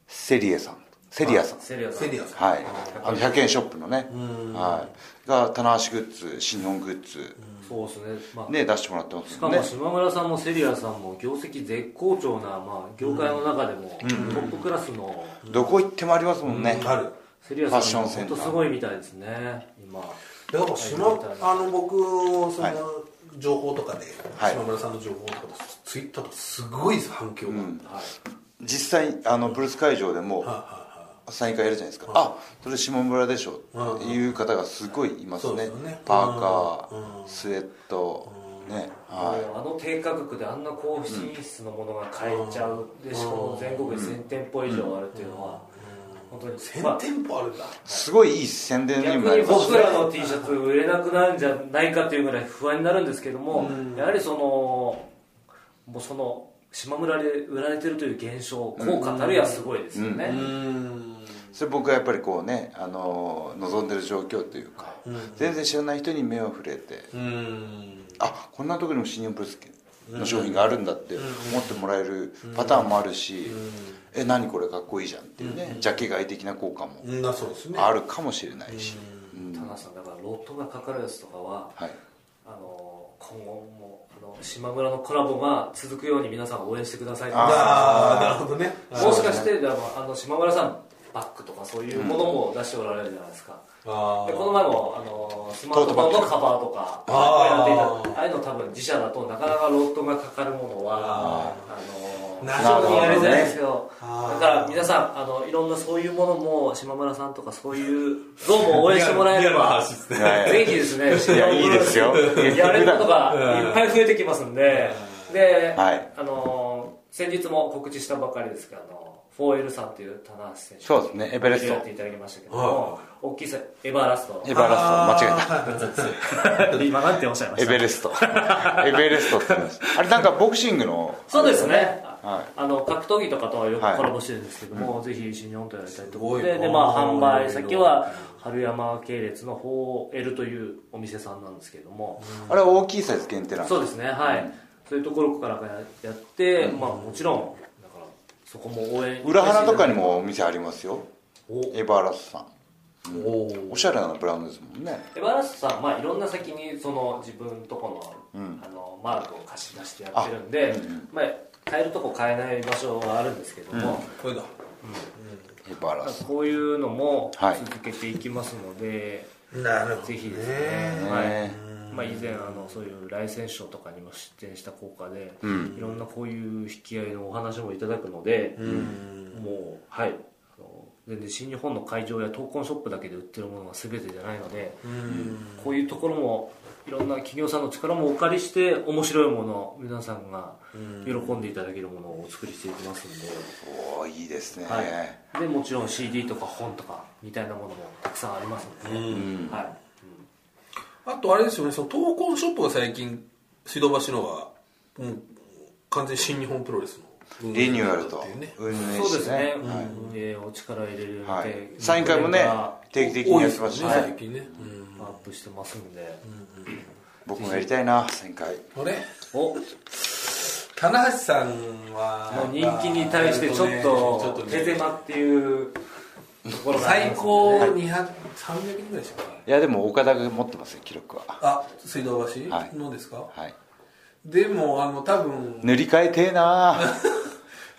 S1: セリエさんセリアさん、
S3: セリアさ
S2: セ
S3: ん
S2: リアさん。
S1: はい、あの100円ショップのね、
S2: うん
S1: はい、が棚橋グッズ新日本グッズ、
S3: そうですね、まあ
S1: ね、出してもらってま
S3: し
S1: す
S3: か
S1: もんね
S3: も島村さんもセリアさんも業績絶好調な、まあ、業界の中でもトップクラスの
S1: どこ行ってもありますもんね、
S2: ある。
S3: セリアさ
S1: ファッシ
S3: ん
S1: ョ
S3: も
S1: ンセ
S3: 本
S1: ンタ
S3: 当
S1: ー
S3: すごいみたいですね今
S2: だから島、あの僕のその
S1: はい
S2: 情報とかで、
S1: はい
S2: 島村さんの情報とかで、ツイッターとかすごい反響があって。
S3: はい
S1: 実際あのブルース会場でも
S2: はいはいはい
S1: サイン会やるじゃないですか、あそれ下村でしょ
S2: うん
S1: っていう方がすごいいます
S2: そうで
S1: ね,、
S2: すよね
S1: パーカー、
S2: うん
S1: スウェット、ねはい
S3: もうあの低価格であんな高品質のものが買えちゃう、でしかも全国に1000店舗以上あるっていうのは、本当にま
S2: 1000
S3: あ
S2: 店舗あるんだ。
S1: すごいいい宣伝にもな
S3: 逆
S1: り
S3: に
S1: ます
S3: 僕らの T シャツ売れなくなるんじゃないかっていうぐらい不安になるんですけども、やはりそのもうその島村で売られてるという現象効果たるやすごいですよね、
S2: うん。
S1: それ僕はやっぱりこうね、あのー望んでる状況というか、全然知らない人に目を触れて
S2: うん。
S1: あこんなとこにも新日本プロレスの商品があるんだって思ってもらえるパターンもあるし、え何これかっこいいじゃんっていうね、ジャケ買い的な効果も
S2: うんだそうですね。
S1: あるかもしれないし、うん
S3: 田中さんだからロットがかかるやつとかは
S1: はい、
S3: あの今後もあの島村のコラボが続くように皆さん応援してくださいと
S2: ああ、なるほどね。
S3: もしかしてでもあの島村さんバッグとかそういうものも出しておられるじゃないですか、
S2: あ
S3: でこの前もあのスマートフォンのカバーとか
S2: あー
S3: やっていたああいうの多分自社だとなかなかロットがかかるものはあの
S2: な
S1: るほど
S3: そういうのやるじゃないですけど
S2: あー
S3: だから皆さんあのいろんなそういうものも島村さんとかそういう像も応援してもらえ
S2: リア
S3: れ
S2: ルな
S3: ば
S2: 話ですね
S3: ぜひですね
S1: いやいいですよ
S3: やれることがいっぱい増えてきますんでで、
S1: はい
S3: あの先日も告知したばかりですけどあの 4L さんという棚橋選手
S1: そうですねエベレスト
S3: やっていただきましたけども大きいさエバーラスト
S1: エバラスト間違え た
S2: た。
S3: 今なんておっしゃいま
S1: エベレスト エベレストって言いますあれなんかボクシングの
S3: そうですね、
S1: は
S3: あの格闘技とかとはよく
S1: はい
S3: コラボしてるんですけども、ぜひ新日本とやりたいと思っ
S2: すご
S3: て
S2: い
S3: で、まあ、
S2: おー
S3: 販売先は春山系列の 4L というお店さんなんですけども、
S1: あれは大きいサイズ限定なんです
S3: そうですねはい、そういうところからややって、まあもちろんだからそこも応援
S1: 裏腹とかにもお店ありますよ
S3: お
S1: エバーラストさ
S2: おお。
S1: んおしゃれなブランドですもんね
S3: エバラストさん、まあ、いろんな先にその自分とこの,、あのマークを貸し出してやってるんでまあ、買えるとこ買えない場所はあるんですけども、
S2: これだ。
S1: エバーラスト
S3: こういうのも
S1: はい
S3: 続けていきますので、
S2: なるほど。
S3: ぜひですね、はいまあ、以前あのそういうライセンス賞とかにも出演した効果で、いろんなこういう引き合いのお話もいただくので、もうはいあの全然新日本の会場や闘魂ショップだけで売ってるものが全てじゃないので、こういうところもいろんな企業さんの力もお借りして面白いもの皆さんが喜んでいただけるものをお作りしていきますんで。
S1: おーいいですね、
S3: はい、でもちろん CD とか本とかみたいなものもたくさんありますので、は
S2: あとあれですよね、その闘魂ショップが最近、水道橋のは、もう完全に新日本プロレスの。
S1: リニューアルと
S2: っていうね
S1: 運営
S3: い、
S1: して
S3: そうですね、
S1: はい
S3: 運営を力入れるので、
S1: はい、サイン会もね定期的に
S2: 多い
S1: や
S2: で
S1: って
S2: すよ
S1: ま
S2: ね、
S1: すしね、
S2: 最近ね。
S3: アップしてますんで、
S1: 僕もやりたいなサイン会
S2: うんあれ
S3: お
S2: 棚橋さんは
S3: もう人気に対してちょっ
S2: ちょっ
S3: と
S2: とね
S3: 手狭っていうところがあり
S2: 最
S3: ます
S2: 高
S3: ので
S2: 200、300人ぐらいでしたかね
S1: いやでも岡田が持ってますよ記録は
S2: あ水道
S1: はい
S2: 橋のですか、
S1: はい
S2: でもあの多分
S1: 塗り替えてえな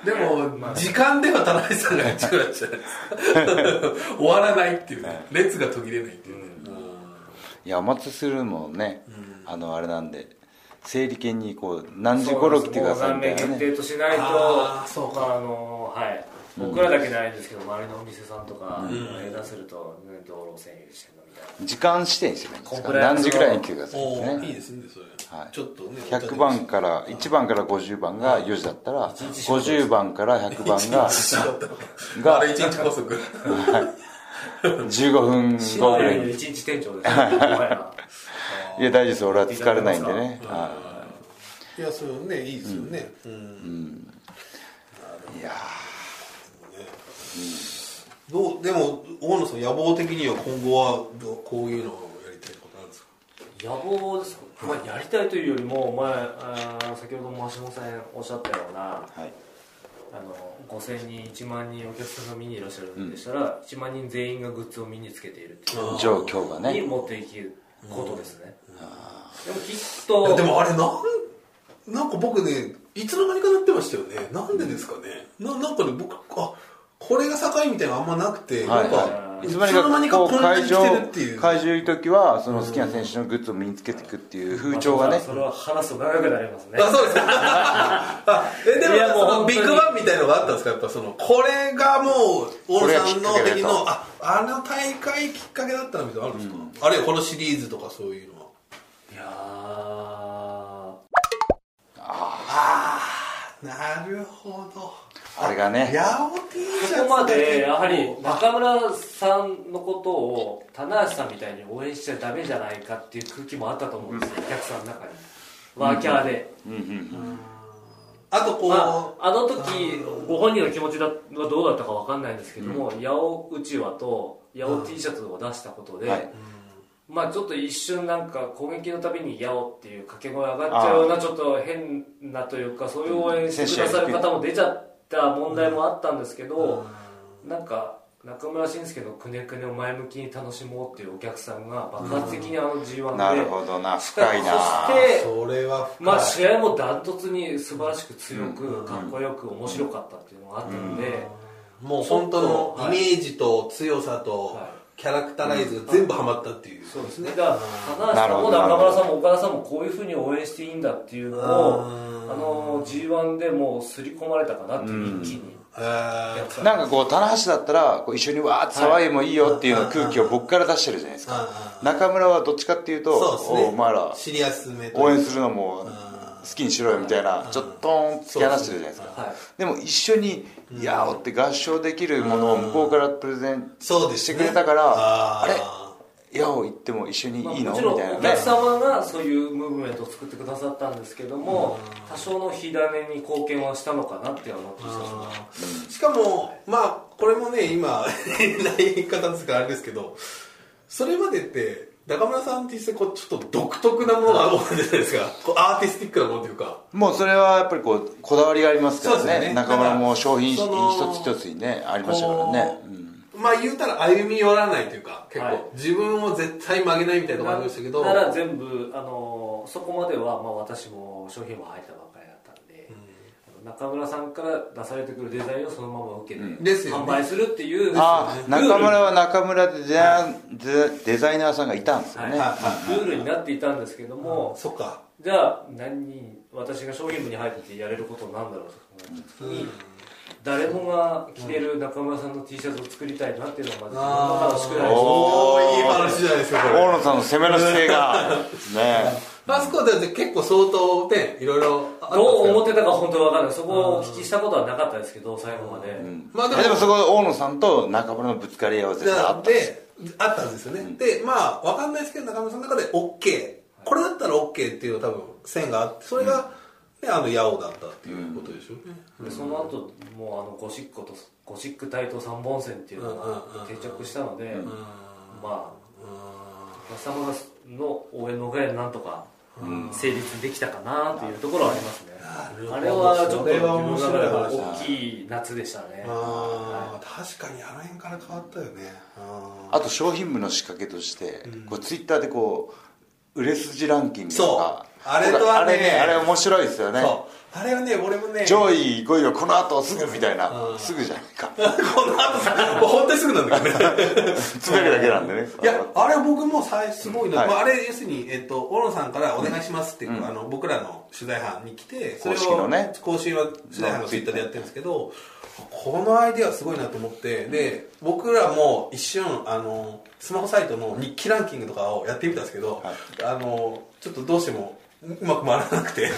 S2: でも時間では棚橋さんが一番や っちゃないですか終わらないっていうね列が途切れないっていうね、
S1: いや松するもね、あのあれなんで整理券にこう何時頃来てくださいみたい
S3: そう
S1: な
S3: な
S1: ね
S3: んですもう残念限定としないと
S2: あーそうか
S3: まああのはい僕らだけじゃないんですけど、周りのお店さんとか、下手すると、ね、道路占有してるのみたいな
S1: 時間指定にすればいいんです
S3: コ
S1: か
S3: ンプライアンス
S1: 何
S3: の
S1: 時ぐらいに来てください
S2: お
S1: です
S2: ーいい
S1: ね
S2: ですねそれ、
S1: はい
S2: ちょっとね
S1: 100番から1番から50番が4時だったら50番から100番が
S2: が
S1: が
S2: あれ一日拘束
S1: 15分後ぐらいに
S3: 一日店長ですよもはや
S1: いや大丈夫です俺は疲れないんでねはい
S2: やそれねいいですよねうん
S1: いいや
S2: どうでも大野さん野望的には今後はどうこういうのをやりたいことなんですか
S3: 野望ですか、まあ、やりたいというよりも、まあ、あー先ほども橋本さんおっしゃったような、
S1: ーはい
S3: あの5000人1万人お客さんが見にいらっしゃるんでしたら、1万人全員がグッズを身につけているっていう
S2: あー
S1: 状況が
S3: に
S1: ね
S3: 持っていくことですね、でもきっ
S2: いや
S3: と
S2: でもあれなんなんか僕ねいつの間にかなってましたよねなんでですかね、ななんかね僕あこれが境みたいなのあんまなくて、
S1: はい
S2: な
S1: は
S2: んか
S1: い、
S2: い
S1: いつ
S2: つの
S1: ま
S2: 間に
S1: にか
S2: か
S1: こ
S2: こ
S1: うん
S2: なに
S1: 会
S2: 来
S1: 場
S2: てるっていう
S1: 会場いる時はその好きな選手のグッズを身につけていくっていう風潮がね
S3: それは話すと長くなりますね
S2: あそうですか あえで
S3: いや
S2: もそ
S3: もう
S2: の
S3: 本当
S2: ビ
S3: に
S2: ッグバンみたいのがあったんですかやっぱそのこれがもう
S1: これ
S2: 大野
S1: が
S2: さ
S1: きっ
S2: んの
S1: かけだと
S2: 的のああの大会きっかけだったのみたいなのあるんですか、あるいはこのシリーズとかそういうのはい
S3: やー
S2: ああなるほど
S1: あれがね
S2: ヤオ T シャツ
S3: そこまでやは
S2: 結
S3: り
S2: 構
S3: 中村さんのことを棚橋さんみたいに応援しちゃダメじゃないかっていう空気もあったと思うんですよ、お客さんの中にワーキャーで、
S1: うんうん
S2: あとこう、
S3: まあ、あの時ご本人の気持ちだはどうだったかわかんないんですけども、八尾うちわと八尾 T シャツを出したことで、
S1: はい
S3: まあちょっと一瞬なんか攻撃のたびに「やお」っていう掛け声上がっちゃうようなちょっと変なというかそういう応援してくださる方も出ちゃった問題もあったんですけど、なんか中村慎介のくねくねを前向きに楽しもうっていうお客さんが爆発的にあの G1 で、
S1: うんなるほどな深いな
S3: そして
S2: それは深い
S3: まあ試合もダントツに素晴らしく強くかっこよく面白かったっていうのがあったので、
S2: もう本当のイメージと強さと
S3: はい
S2: キャラクタライズが全部ハマったっていう、
S3: そうですねだから棚橋
S1: な
S3: さ
S1: る
S3: ん
S1: ほ
S3: も
S1: ど
S3: 中村さんも岡田さんもこういうふうに応援していいんだっていうのを
S2: あー
S3: あの g 1でもう刷り込まれたかなっていう一気に
S2: あー
S1: なんかこう棚橋だったらこう一緒にわーって騒いでもいいよっていうような空気を僕から出してるじゃないですか
S2: あ
S1: 中村はどっちかっていうと
S2: そうですね
S1: おお前ら
S2: シリアスめと
S1: 応援するのも好きにしろよみたいなちょっとーん突き放してるじゃないですか
S3: はい
S1: でも一緒に「やお」って合唱できるものを向こうからプレゼン
S2: そうです、ね、
S1: してくれたから
S2: あ
S1: あれ
S2: ー
S1: 「やお」行っても一緒に
S3: まあ
S1: いいの
S3: も
S1: み
S3: ちろん
S1: たいな
S3: お
S1: ね
S3: 客様がそういうムーブメントを作ってくださったんですけども多少の火種に貢献はしたのかなっていうのは
S2: あーしかもまあこれもね今 ない言い方ですからあれですけどそれまでって中村さんって実際こうちょっと独特なものがあるもんじゃないですかこうアーティスティックなものというか
S1: もうそれはやっぱりこうこだわりがありますから
S2: そうです
S1: ね
S2: よね
S1: 中村も商品
S2: だからその
S1: 一つ一つにねありましたからね
S2: こう
S1: うん
S2: まあ言うたら歩み寄らないというか結構、
S3: はい
S2: 自分を絶対曲げないみたいなところありましたけど
S3: ななら全部あのそこまでは、まあ、私も商品も入ったばっかりだったんで、あの中村さんから出されてくるデザインをそのまま受けて、
S2: んですよね
S3: 販売するっていう
S1: あー
S3: ルール
S1: 中村は中村でデザ,、デデザイナーさんがいたんですよ
S3: はい
S1: ね、
S3: ルールになっていたんですけども、
S2: そっか
S3: じゃあ何人私が商品部に入ってやれることなんだろうと思った時に、誰もが着てる中村さんの T シャツを作りたいなっていうのがまず自分の中の宿題です
S1: お
S2: おーいい話じゃないですかこれ
S1: 大野さんの攻めの姿勢がね
S2: あそこで結構相当ねいろいろあったん
S3: ど
S2: です
S3: う
S2: け
S3: 思ってたか本当わかんないそこをお聞きしたことはなかったですけど最後まで、
S2: まあで
S1: え
S2: も
S1: でもそこで大野さんと中村のぶつかり合いは絶対あった
S2: であったんですよね、でまあわかんないですけど中村さんの中で OK これだったら OK っていう多分線があってそれが、ねあの八尾だったっていうことでしょうね、
S3: でその後もうあのゴシックとゴシック体と三本線っていうのが定着したので、まあお客様の応援のおかげでなんとか成立できたかなというところはありますね、
S2: るほど
S3: あれはちょっ
S2: そ
S3: と
S2: れ
S3: 自
S2: は面
S3: 分の
S2: 白い
S3: 中
S2: 話
S3: で
S2: だ
S3: は大きい夏でしたね、
S2: ああ確かにあの辺から変わったよねあ
S1: あと商品部の仕掛けとして、こうツイッターでこう売れ筋ランキングとか
S2: そうあれとは
S1: あ
S2: ね
S1: れねあれ面白いですよ
S2: ー
S1: ね
S2: そうあれはね俺もね
S1: 上位5位はこの後すぐみたいなすぐじゃないか
S2: この後さもう本当にすぐなんだけどね
S1: 詰めるだけなんでね
S2: いやあれ僕もさすごいな、
S1: はい
S2: まあ、あれ要するに、えっと大野さんから「お願いします」って、あの僕らの取材班に来て
S1: 公式のね
S2: 更新は取材班のツイッターでやってるんですけどこのアイデアすごいなと思って、で僕らも一瞬あのスマホサイトの日記ランキングとかをやってみたんですけど、あのちょっとどうしてもうまく回らなく て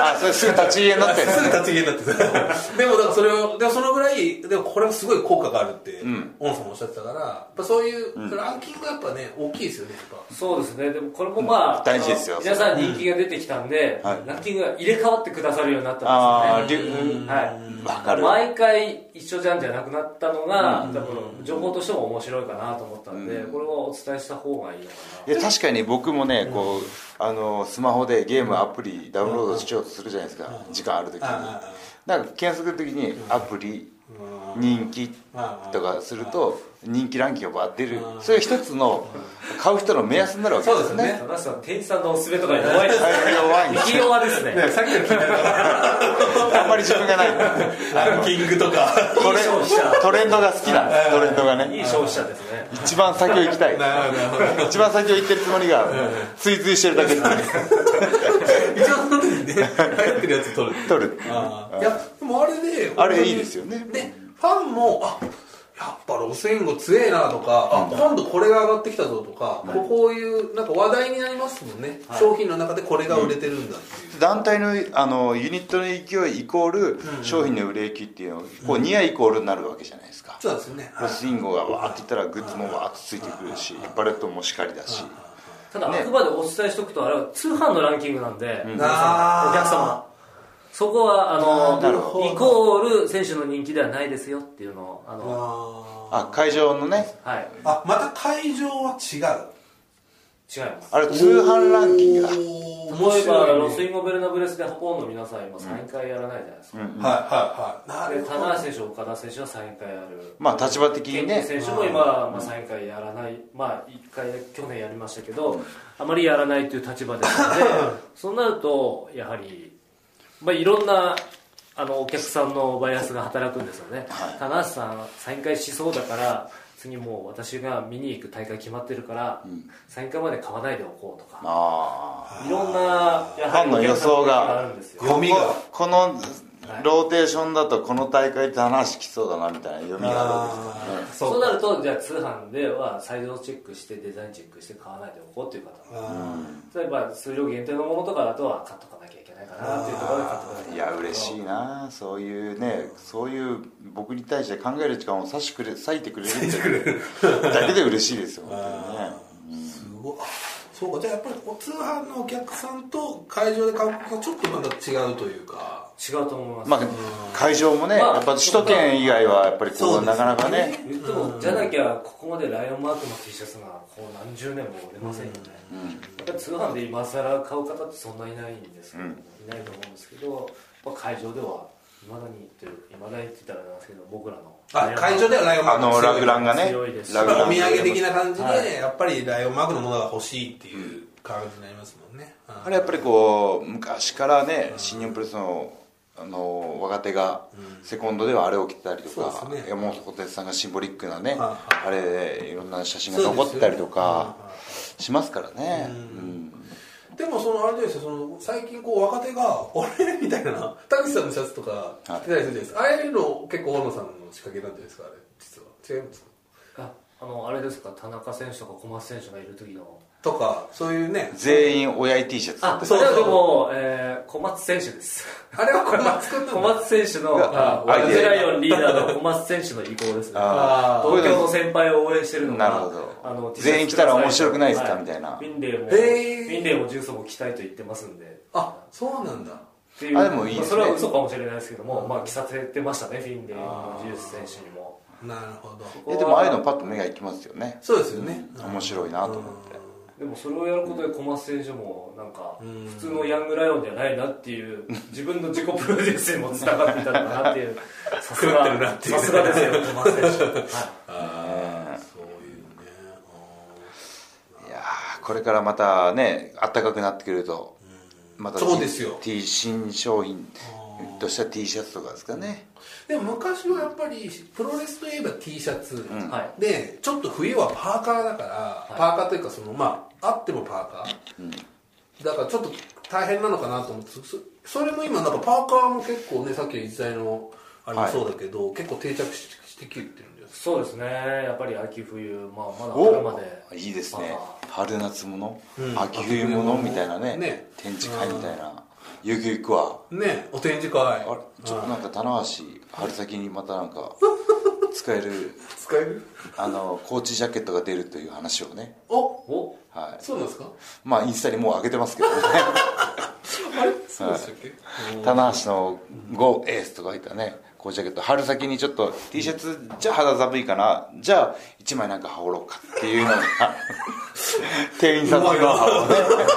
S1: あそれすぐ立ち入れになってるんですす
S2: ぐ
S1: ね
S2: 立ち消えになってた でもだからそれをでもそのぐらいでもこれはすごい効果があるって、大野さんもおっしゃってたからやっぱそういうランキングがやっぱね、大きいですよねやっぱ
S3: そうですねでもこれもまあ、
S1: 大事ですよ
S3: あの皆さん人気が出てきたんで、
S1: うんはい
S3: ランキングが入れ替わってくださるようになった
S1: あー
S3: んです
S1: り
S3: よね
S1: ゅ
S3: はい、
S1: わかる
S3: 毎回一緒じゃんじゃなくなったのが、多分情報としても面白いかなと思ったんで、これはお伝えした方がいいのか
S1: いや確かに僕もねこうあのスマホでゲームアプリダウンロードしようとするじゃないですか時間ある時に
S2: ああ
S1: なんか検索的にアプリ人気とかすると人気ランキングが出る
S2: うん
S1: それ一つの買う人の目安になるわけです
S2: そ
S1: よ
S2: うです
S1: ね
S2: ね
S3: 田中さん店員さんのおすすめとかに弱いですね
S1: はい弱いんです
S3: 右弱ですね
S2: ねさっきの聞い
S1: あんまり自分がない
S2: たランキングとか
S1: トレ
S3: 消費者
S1: トレンドが好きなんですトレンドが
S3: いい
S1: ね
S3: 消費者ですね
S1: 一番先を行きたい
S2: なるほどなるほど
S1: 一番先を行ってるつもりが追随してるだけですね
S2: 一応その時に ね流行ってるやつ取る
S1: 取る
S2: あーいやでもあれで
S1: あれいいですよね
S2: でファンもあやっぱ路線後強えなとか、あ今度これが上がってきたぞとか、ここういうなんか話題になりますもんね、商品の中でこれが売れてるんだっていう、
S1: 団体のあのユニットの勢いイコール商品の売れ行きっていうのこうニアイコールになるわけじゃないですか
S2: そうなんですよね、は
S1: ロ
S2: い
S1: スインゴがわーっていったらグッズもわーっとついてくるしバレットもしかりだした
S3: だあくまでお伝えしとくとあれは通販のランキングなんで、皆
S2: あー
S3: さんお客様そこはあの
S1: なるほ
S2: ど
S3: イコール選手の人気ではないですよっていうのをあの、
S2: あ
S1: あ会場のね
S3: はい
S2: ーあまた会場は違う
S3: 違います
S1: あれ通販ランキングだ
S2: おー面
S3: 例えば、
S2: 白
S3: ロ
S2: い
S3: ス
S2: ね
S3: インゴベルナブレスでハポーンの皆さん今3回やらないじゃないですか、
S2: はいはいはいな
S3: で
S2: るほど
S3: 棚橋選手岡田選手は3回やる
S1: まあ立場的
S3: ケ
S1: に
S3: ンティ
S1: ね
S3: 選手も今、まあ、3回やらない、まあ、1回去年やりましたけど、あまりやらないという立場で すのでそうなるとやはり、まあ、いろんなあのお客さんのバイアスが働くんですよね、棚橋さん3回しそうだから次もう私が見に行く大会決まってるから、3回まで買わないでおこうとか
S1: あ
S3: いろんなやはり
S1: ファンの予想が
S3: お客さんの意見あるんです
S1: あ
S3: よ
S2: 読みが
S1: このローテーションだとこの大会で話来そうだなみたいな読みがあるわけですからね
S2: あー
S3: そう
S2: そう
S3: なるとじゃあ通販ではサイズをチェックしてデザインチェックして買わないでおこうっていう方
S2: あ
S3: 例えば数量限定のものとかだとは買っとかなきゃいけないかなっていうところで買っとかなきゃいけない
S1: いや嬉しいなそういうねそういう僕に対して考える時間を差しくれ割いてくれるって だけで嬉しいですよ本当
S2: ーすごいあそうかじゃあやっぱりこう通販のお客さんと会場で買うことがちょっとまた違うというか
S3: 違うと思います、
S1: にねまあ会場もね
S3: まあ
S1: やっぱ首都圏以外はやっぱりこ
S2: そう
S1: う
S2: です
S1: なかな
S2: ね
S1: かね
S3: 言ってもじゃなきゃここまでライオンマークの T シャツがこう何十年も売れませんよね、やっぱり通販で今更買う方ってそんないないんですけど、いないと思うんですけど、まあ、会場ではいまだにといういまだにって言ったらなんですけど僕らの
S2: あ会場ではライオンマ
S1: あ
S2: ークの
S1: のラグランがね
S3: 強いです
S1: ラグ
S2: まあ
S1: ラ
S2: お
S1: ン
S2: 土産的な感じで、
S3: はい
S2: やっぱりライオンマークのものが欲しいっていう感じになりますもんね、
S1: あれやっぱりこう昔からね新日本プロレスのあの若手がセコンドではあれを着てたりとか
S2: そうですね
S1: 山本小鉄さんがシンボリックなね
S2: は
S1: あれでいろんな写真が残ってたりとかしますからねうん
S2: でもそのあれですよその最近こう若手が 俺みたいな田口さんのシャツとか着てたりするじゃないですか、ああいうの結構大野さんの仕掛けなんじゃないですかあれ実は違いますか
S3: ああのあれですか田中選手とか小松選手がいる時の
S2: とかそういうね
S1: 全員親父 T シャツだ
S3: あ
S1: っ、た
S3: そ
S2: そうそ
S3: れ
S2: う
S3: はでも、えー小松選手です。
S2: あれは小松君
S3: 小
S2: なんだ
S3: 松選手の、
S1: あ
S3: あワイルド
S1: アイデア
S3: ライオンリーダーの小松選手の意向ですね。
S1: あ
S2: ー
S3: 東京の先輩を応援してるのが、
S1: なるほど
S3: あの T シャツ
S1: 全員来たら面白くないですか
S3: は
S1: みたいな
S3: フィンレイも、
S2: えー
S3: フィンレイもジュースも着たいと言ってますんで。
S2: あそうなんだ
S3: っていう
S1: あでもいいですね
S3: まあそれは嘘かもしれないですけども、まあ着させてましたね、フィンレイもジュース選手にも。
S2: なるほど
S1: えでもああいうのパッと目がいきますよね
S2: そうですよね、
S1: 面白いなと思って
S3: でもそれをやることで小松選手もなんか普通のヤングライオンではないなっていう 自分の自己プロデュースにもつながってたんだなっていうさす
S2: 狂ってるな
S3: が
S2: っていう
S3: さすがですよ 小松選手、は
S2: ああそういうねあ
S1: いやーこれからまたね暖かくなってくるとまた T-
S2: そうですよ
S1: T 新商品とした T シャツとかですかね
S2: ーでも昔はやっぱりプロレスといえば T シャツ、
S3: いはい
S2: でちょっと冬はパーカーだから、パーカーというかそのまああってもパーカー、だからちょっと大変なのかなと思ってそそれも今なんかパーカーも結構ねさっきの一材のあれもそうだけど、結構定着ししてきてるんじゃないです
S3: そうですねやっぱり秋冬、まあ、まだ春ま
S1: お
S3: で
S1: いいですね
S3: ま
S1: 春夏物、
S2: ん
S1: 秋冬物みたいなね
S2: ね
S1: 展示会みたいなゆくゆくは
S2: かねお展示会
S1: あれちょっとなんか棚橋春先にまたなん か使える
S2: 使える
S1: あのコーチジャケットが出るという話をね
S2: お
S3: お
S1: はい
S2: そうなんですか
S1: まあインスタにもう上げてますけどね
S2: あれそうでしたっけ、
S1: 棚橋の「ゴーエース」とか書いたねこうジャケット春先にちょっと T シャツじゃ肌寒いかなじゃあ1枚なんか羽織ろうかっていうのが店員さんとか
S2: うまいな
S1: 羽織るね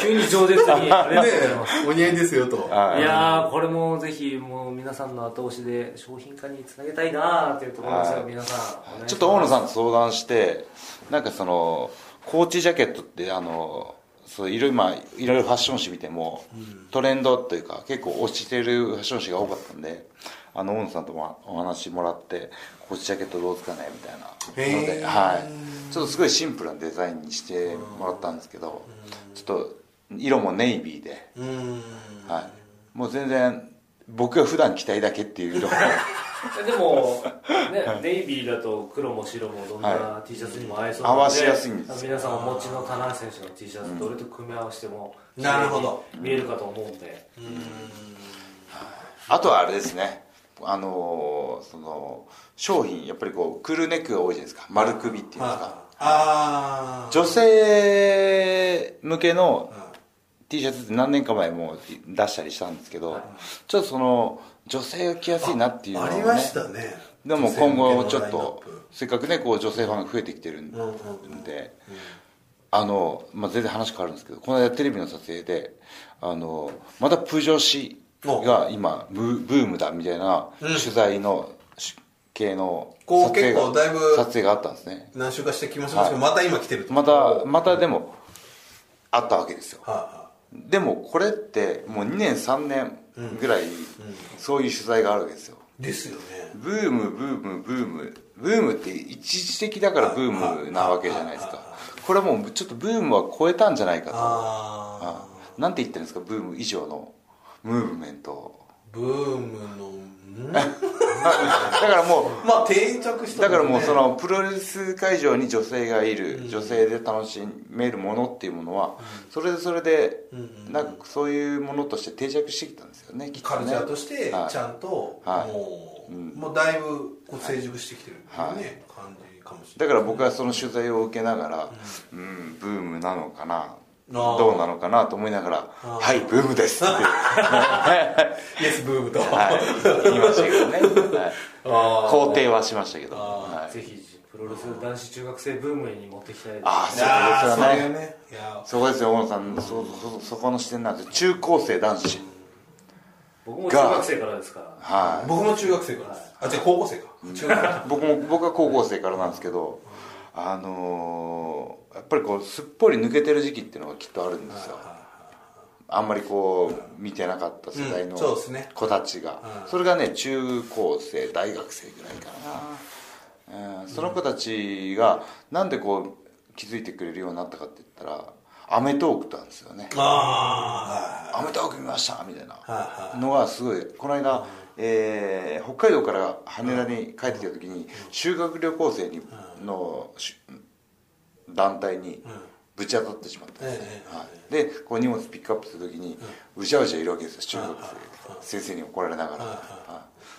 S3: 急に饒舌にありがとうございます
S2: お似合いですよと。
S1: はい
S3: いやーこれもぜひもう皆さんの後押しで商品化につなげたいなーっていうところですよ、
S1: はい
S3: 皆さんお願いします
S1: ちょっと大野さんと相談して、なんかその、コーチジャケットって、あの、そういろいろ今いろいろファッション誌見ても、トレンドというか結構推してるファッション誌が多かったんであの大野さんともお話もらってコーチジャケットどうですかねみたいなの
S2: へ
S1: で、
S2: ー
S1: はい、ちょっとすごいシンプルなデザインにしてもらったんですけどちょっと色もネイビーで、
S2: うん。
S1: はい、もう全然僕が普段着たいだけっていう色
S3: でも、ね、ネイビーだと黒も白もどんな
S1: は
S3: T シャツにも合いそう
S1: 合
S3: な
S1: わ
S3: の
S1: せ
S3: で、
S1: やすいんですよ
S3: 皆さんお持ちの棚橋選手の T シャツどれと組み合わせても、
S2: なるほど
S3: 見えるかと思うんで、
S1: あとはあれですねあのーその商品やっぱりこうクールネックが多いじゃないですか丸首っていうんですか
S2: ああ。
S1: 女性向けの
S2: うん
S1: T シャツって何年か前も出したりしたんですけど、
S3: はい
S1: ちょっとその女性が着やすいなっていうのを、
S2: あ
S1: ね、
S2: りましたね。
S1: でも今後ちょっと
S2: 女性向けのラインナップ
S1: せっかくねこう女性ファンが増えてきてるんで、
S2: うんうんうん
S1: あの、まあ、全然話変わるんですけどこの間テレビの撮影であのまたプジョー氏が今ブブームだみたいな
S2: うん
S1: 取材のし系の
S2: こう
S1: 撮影が
S2: 結構だいぶ
S1: 撮影があったんですね
S2: 何週かしてきましたけど、また今来てると。
S1: ま
S2: は
S1: たまたでもあったわけですよ
S2: あは
S1: でもこれってもう2年3年ぐらいそういう取材があるわけですよ
S2: あ。ですよね。
S1: ブームブームブームブームって一時的だからブームなわけじゃないですかこれはもうちょっとブームは超えたんじゃないかと
S2: ああ。
S1: なんて言ってるんですかブーム以上のムーブメントを
S2: ブームの、ん
S1: だからもう
S2: まあ定着した
S1: だ
S2: ん
S1: か
S2: よ
S1: ら
S2: ね
S1: もうそ、のプロレス会場に女性がいる女性で楽しめるものっていうものはそれでそれで
S2: うんうん
S1: なんかそういうものとして定着してきたんですよねきっと
S2: カ
S1: ね
S2: ルチャーとしてち
S1: はい
S2: ゃんと、
S1: はい
S2: もう、
S1: うん
S2: もうだいぶこう成熟してきてるっていうね、
S1: はい
S2: 感じかもしれ
S1: だ
S2: ない
S1: から僕はその取材を受けながら、うん、ブームなのかな
S2: ー
S1: どうなのかなと思いながら「
S2: あー
S1: はいブームです」って
S2: イエスブームと、
S1: はい言いましたけどね、はい、
S2: あー
S1: 肯定はしましたけど、
S2: あー
S1: はい、
S3: ぜひプロレス男子中学生ブームに持っていきたいです。
S1: あー
S2: あー
S1: そうです
S2: そ
S1: よ
S2: れがねいや
S1: そこですよ大野さんそそそこの視点なんですよ中高生男子
S3: 僕も中学生からですから。
S1: はい
S2: 僕も中学生からですあ違う高校生か中学生
S1: 僕も僕は高校生からなんですけどあのーやっぱりこうすっぽり抜けてる時期っていうのがきっとあるんですよあんまりこう見てなかった世代
S2: う
S1: の
S2: んそうですね
S1: 子たちが、
S2: うん
S1: それがね中高生大学生ぐらいかな、うんその子たちがなんでこう気づいてくれるようになったかって言ったら『アメトーーク』なんですよね
S2: あ
S1: アメトーク見ましたみたいな
S2: はいはい
S1: のがすごいこの間、えー北海道から羽田に帰ってきた時に修学旅行生にのし団体にぶち当たってしまったんですね
S2: え、え
S1: はい、でこう荷物ピックアップする時にうじゃうじゃいるわけですよ中学生先生に怒られながら、はい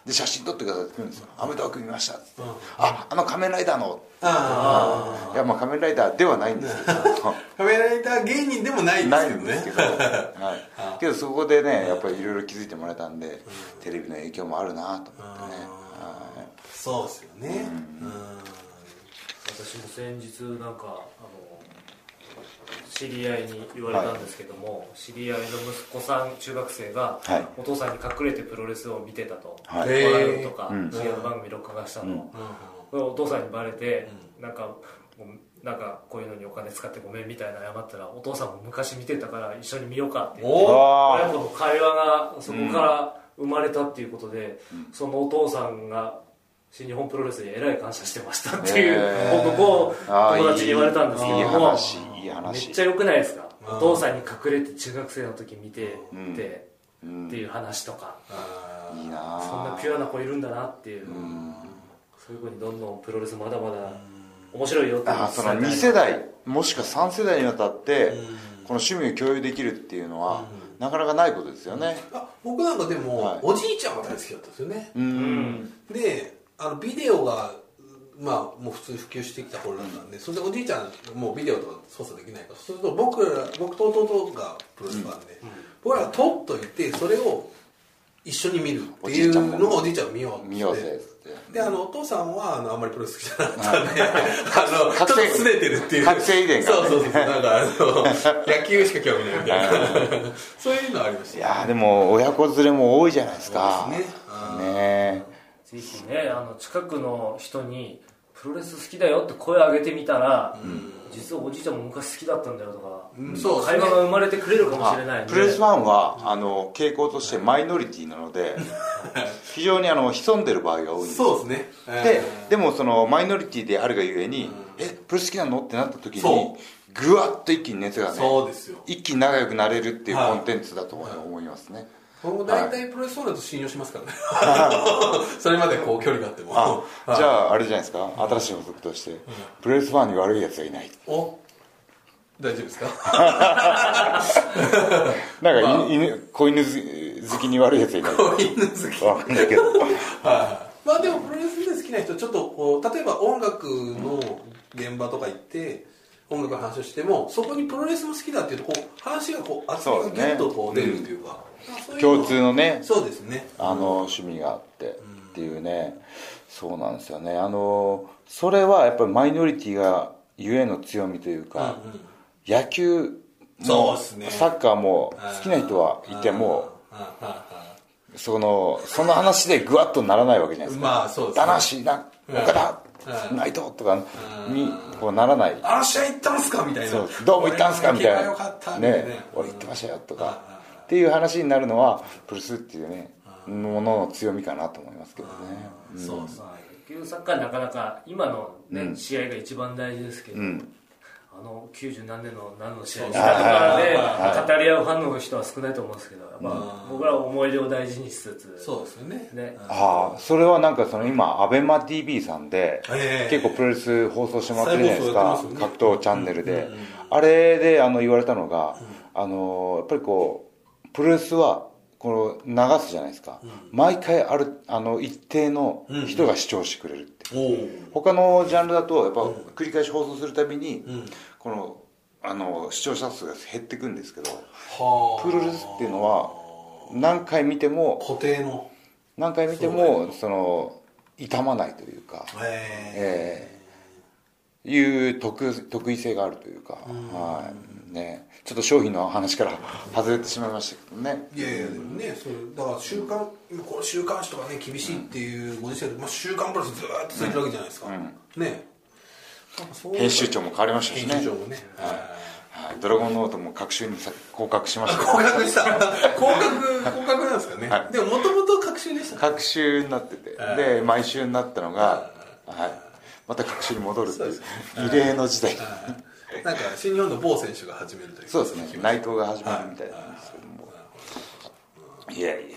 S1: で写真撮ってくださいって言うんですよ「アメトーーク見ました」っつって「ああの仮面ライダーの」
S2: あああ
S1: いやまあ仮面ライダーではないんですけど
S2: 仮面ライダー芸人でもないんで
S1: な
S2: す
S1: い
S2: けど
S1: ん
S2: ね
S1: ですけど、 はい、けどそこでねやっぱりいろいろ気づいてもらえたんでテレビの影響もあるなと思ってねは
S2: そうですよねうん
S3: 私も先日なんかあの知り合いに言われたんですけども、知り合いの息子さん中学生が、
S1: はい
S3: お父さんに隠れてプロレスを見てたと、
S1: はい
S3: 笑うとか
S1: へー
S3: 深夜の番組録画したの、これお父さんにバレて、なんかもうなんかこういうのにお金使ってごめんみたいな謝ったらお父さんも昔見てたから一緒に見ようかって言って
S2: お
S3: 親子の会話がそこから生まれたっていうことで、そのお父さんが新日本プロレスにえらい感謝してましたっていう
S1: へー
S3: 報告を
S1: あー
S3: 友達に言われたんですけど
S1: いい
S3: も
S1: 話いい
S3: め
S1: 話
S3: っちゃ良くないですか
S2: うん
S3: お父さんに隠れて中学生の時見て
S1: ん
S3: て、
S1: うん
S3: っていう話とか
S2: あ
S1: いいな
S3: そんな
S1: あ
S3: ピュアな子いるんだなっていう、そういう子にどんどんプロレスまだまだ面白いよっていう
S1: あその
S3: 伝えたい
S1: 2世代もしくは3世代にわたってこの趣味を共有できるっていうのはなかなかないことですよね
S2: ーあ僕なんかでも、
S1: はい
S2: おじいちゃんが大好きだったんですよね
S1: う
S3: うんん
S2: であのビデオがまあもう普通に普及してきた頃だったんで、それでおじいちゃんもうビデオとか操作できないからそうすると僕ら僕と弟がプロレスファンで、僕らが撮っといてそれを一緒に見るっていうのをおじいちゃん見ようっつって
S1: 見ようぜって
S2: であのお父さんはあのあんまりプロレス好きじゃなかったんで あのちょっ
S1: 覚
S2: と
S1: 醒
S2: 拗ねてるっていう
S1: 覚醒遺伝が
S2: そうそうそうなんかあの 野球しか興味ないみたいな そういうのありまし
S1: い
S2: た
S1: やーでも親子連れも多いじゃないですか
S2: そうですねうん
S1: ね
S3: ぜひねあの近くの人にプロレス好きだよって声上げてみたら、実はおじいちゃんも昔好きだったんだよとか、
S2: うんそうです
S3: 会
S2: ね
S3: 話が生まれてくれるかもしれない
S1: え
S3: んで
S1: プロレスファンはあの傾向としてマイノリティなの で非常にあの潜んでる場合が多いんですよ
S2: そうですね
S1: で
S2: うん
S1: でもそのマイノリティであるがゆえに、えプロレス好きなのってなった時に
S2: そ
S1: ぐわっと一気に熱がね
S2: そうですよ
S1: 一気に仲良くなれるっていう
S2: はい
S1: コンテンツだと思いますね、
S2: 僕も大体プロレスそうだと信用しますからね それまでこう距離があってもはい
S1: じゃああれじゃないですか新しい法則として、プロレスファンに悪いやつがいない
S2: お大丈夫ですか
S1: なんか、
S2: まあ
S1: 犬子犬好きに悪いやつがいない
S2: 子犬好き
S1: わかんない けど
S2: はいまあでもプロレスで好きな人ちょっとこう例えば音楽の現場とか行って音楽の話をしてもそこにプロレスも好きだっていうとこう話がこう熱
S1: そう
S2: く
S1: です
S2: ギ
S1: ね
S2: ュッとこう出るというか、まあそういうの
S1: 共通のね
S2: そうですね
S1: あの趣味があってっていうね、そうなんですよねあのそれはやっぱりマイノリティがゆえの強みというか、
S2: うんうん
S1: 野球も
S2: そうっすね
S1: サッカーも好きな人はいてもそのその話でぐわっとならないわけじゃないですか
S2: まあそうですね
S1: だなしな岡田、
S2: うん
S1: 内藤とか
S2: うん
S1: にこうならない
S2: あの試合行ったんすかみたいな
S1: そうどうも行ったんすかみたい
S2: 俺の結果が良かった
S1: な
S2: みたいな
S1: ね俺行ってましたよとかっていう話になるのはプルスっていうねものの強みかなと思いますけどね
S2: そうですね
S3: まあ野球サッカーなかなか今の、ね試合が一番大事ですけど、あの90何年の何の試合したとかで、語り合うファンの人は少ないと思うんですけどやっぱ僕らは思い出を大事にしつつ
S2: そうですよね
S3: ね
S1: ああそれはなんかその今アベマ t v さんで
S2: ええ
S1: 結構プロレス放送してもらってるじゃないです
S2: 再
S1: か
S2: 放送やってますよ
S1: 格
S2: ね
S1: 闘チャンネルであれであの言われたのがあのやっぱりこうプロレスはこの流すじゃないですか毎回あるあの一定の人が視聴してくれるって
S2: おお
S1: 他のジャンルだとやっぱ繰り返し放送するたびに、このあの視聴者数が減っていくんですけど
S2: はあ
S1: プロレスっていうのは何回見ても
S2: 固定の
S1: 何回見てもその傷まないというか、え
S2: え
S1: えいう特特異性があるというか、はいね、ちょっと商品の話から 外れてしまいましたけどね
S2: えいやいやでもねそれだから週刊今この週刊誌とかね厳しいっていうご時世で、まあ、週刊プロレスずーっと続いてるわけじゃないですか、ねなんかそういう
S1: 編集長も変わりましたし
S2: 編
S1: ね
S2: 集長もねはい
S1: はい、ドラゴンノートも各週にさ降格しました
S2: 降格した降格降格なんですかね、
S1: はい
S2: でももともと隔週でしたね
S1: 隔週になっててで毎週になったのが、はい、また隔週に戻るっていう異例の時代
S2: なんか新日本の某選手が始めるという
S1: そうですね内藤が始まるみたいなんですけどもいやいやいや
S2: ね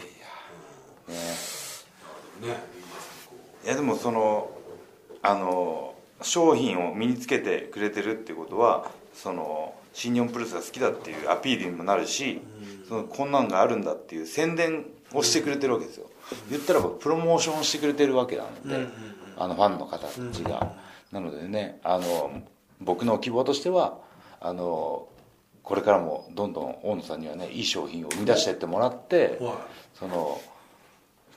S1: いやでもそのあの商品を身につけてくれてるってことはその新日本プロレスが好きだっていうアピールにもなるし、そのこんなんがあるんだっていう宣伝をしてくれてるわけですよ、言ったらばプロモーションをしてくれてるわけなので、あのファンの方たちが、なのでねあの僕の希望としてはあのこれからもどんどん大野さんにはねいい商品を生み出してってもらって、
S2: はい
S1: その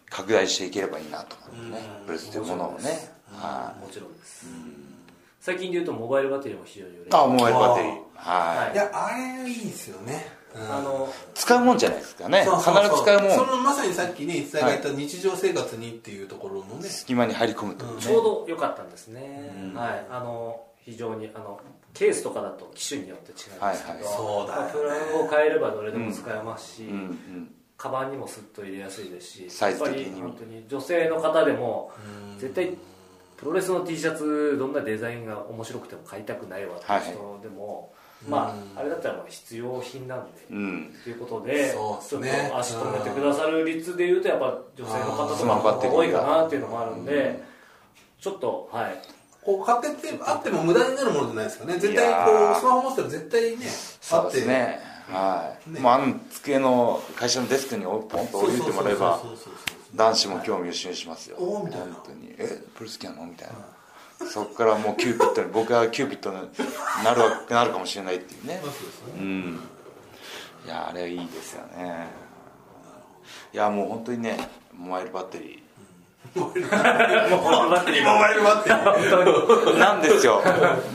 S1: 拡大していければいいなと思ってねプレスというものをねは
S3: もちろんです最近でいうとモバイルバッテリーも非常に
S1: い
S3: 売れ
S1: あモバイルバッテリー
S3: は
S1: はいい
S2: いやあれいいですよね、うん
S3: あの
S1: 使うもんじゃないですかね必
S2: そうそうそう
S1: ず使う
S2: そ
S1: もん
S2: のまさにさっきね一才が言った日常生活にっていうところのね、
S1: 隙間に入り込むという
S3: ちょう
S1: ね
S3: ど良かったんですね、はいあの非常にあのケースとかだと機種によって違いますけど、
S1: はいはい
S2: そうだよね
S3: まあプラグを変えればどれでも使えますし、
S1: うんうん
S3: カバンにもスッと入れやすいですし
S1: サイズ的に
S3: やっぱり本当に女性の方でも絶対プロレスの T シャツどんなデザインが面白くても買いたくないわっていう人でも、まああれだったらまあ必要品なんで、
S1: うん
S3: ということで
S2: そうっすね
S3: ちょっと足止めてくださる率でいうとやっぱ女性の方とかの方が多いかなっていうのもあるんで、ちょっとはい
S2: こう買ってってあっても無駄になるものじゃないですかね絶
S1: い
S2: 対
S1: や
S2: こ
S1: ー
S2: うスマホ持ってたら絶
S1: そ
S2: 対ね
S1: うです
S2: あって
S1: ねはい
S2: ね
S1: もうあの机の会社のデスクにポンと置いてもらえば
S2: そうそうそうそうそう
S1: 男子も興味を示しますよ
S2: おーみたいな
S1: 本当にえプロレス好きなのみたいなそこからもうキューピッドに僕はキューピッドになるわけなるかもしれないっていうね
S2: まあそうですね
S1: うんいやあれいいですよねいやもう本当にねモバイルバッテリ
S3: モバイルバッテリー
S2: モバイルバッテリー
S1: ー なんですよ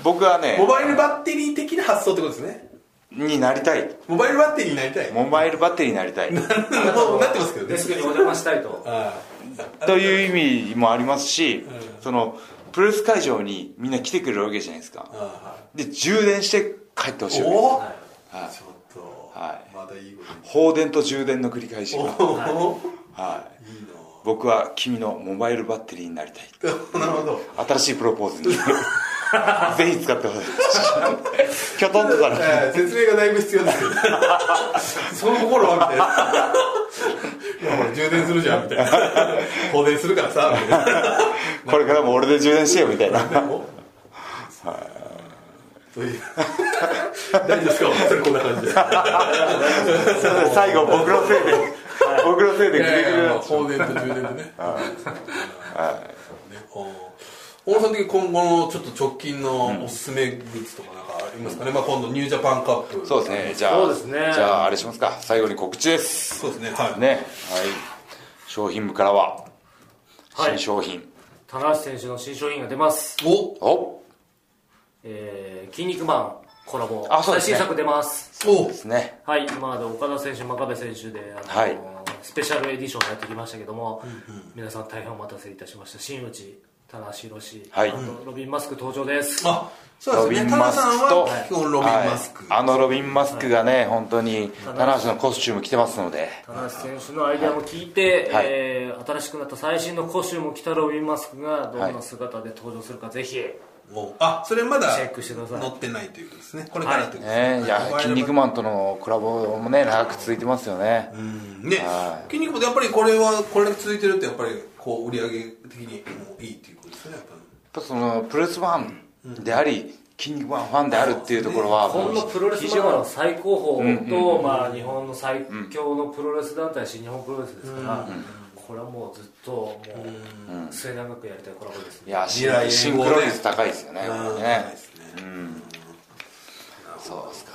S1: 僕はね
S2: モバイルバッテリー的な発想ってことですね
S1: になりたい
S2: モバイルバッテリーになりたいも
S1: モバイルバッテリーになりたい
S2: うなってますけどね
S3: デスクにお邪魔したいと
S2: あ
S1: という意味もありますし、
S2: うん
S1: そのプロレス会場にみんな来てくれるわけじゃないですか
S2: あああは
S1: で充電して帰ってほし
S2: い
S1: いわけです
S2: おお
S3: は
S1: はい
S2: ちょっと
S1: はい
S2: まだいいこと言う
S1: 放電と充電の繰り返し
S2: お
S1: が、
S2: お
S1: はい、
S2: いいな
S1: 僕は君のモバイルバッテリーになりたい
S2: なるほど
S1: 新しいプロポーズに ぜひ使ってほしいきょとんとされて
S2: えー説明がだいぶ必要ですよ その心はみたいないや俺充電するじゃんみたいな放電するからさみたい
S1: これからも俺で充電してよみたいな
S2: なおという大丈夫ですかそれこんな感じで
S1: 最後僕のせいで僕のせいで
S2: い
S1: グレ
S2: や
S1: グレ
S2: いや
S1: なっちゃ
S2: まあ
S1: う
S2: 放電と充電でねねおー大野さん的に今後のちょっと直近のおすすめグッズとかなんかありますかね、まあ、今度ニュージャパンカップ
S1: そうですねじゃあ
S3: そうですね
S1: じゃああれしますか最後に告知です
S2: そうですねはい
S1: ねはい商品部からは
S3: は
S1: 新
S3: い
S1: 商品、
S3: 棚橋選手の新商品が出ます
S2: お
S1: お
S3: えー筋肉マンコラボ
S1: あそうですね
S3: 最新作出ます
S2: お
S1: ですね
S3: はい、今まで岡田選手、真壁選手で、あの
S1: はい
S3: スペシャルエディションをやってきましたけども、皆さん大変お待たせいたしました、新内、田中宏、
S1: はい
S3: あとロビン・マスク登場です。
S2: あそ
S1: ロ
S2: うで
S1: ビ
S2: す
S1: ン
S2: ねタナ
S1: マス
S2: さん
S1: クと、
S2: は基本ロビンマス
S1: は
S2: ク、
S1: いあのロビンマスクがね、本当に棚橋のコスチューム着てますので
S3: 田中選手のアイデアも聞いて、
S1: はい
S3: えー新しくなった最新のコスチュームを着たロビン・マスクがどんな姿で登場するか、ぜひ、
S2: おあそれまだ
S3: チェックしてください
S2: 載ってないということですねこれからということです
S1: ねいや
S2: モバイル
S1: 筋肉マンとのコラボもね長く続いてますよね、
S2: うんね
S1: は
S2: 筋肉もやっぱりこれはこれだけ続いてるってやっぱりこう売り上げ的にもいいっていうことですねやっぱ
S1: やっぱそのプロレスファンであり、筋肉マンファンであるっていうところは、
S3: 今
S1: も
S3: の
S1: う
S3: プロレスマガの最高峰と、まあ、日本の最強のプロレス団体、新日本プロレスですから、これはもうずっと、もう、末永くやりたいコラボですね
S1: い。やシン
S2: 未来永劫ね
S1: シンクロ率高いですよねこ
S2: り
S1: れ
S2: うん
S1: ね
S2: ないですね
S1: そうですか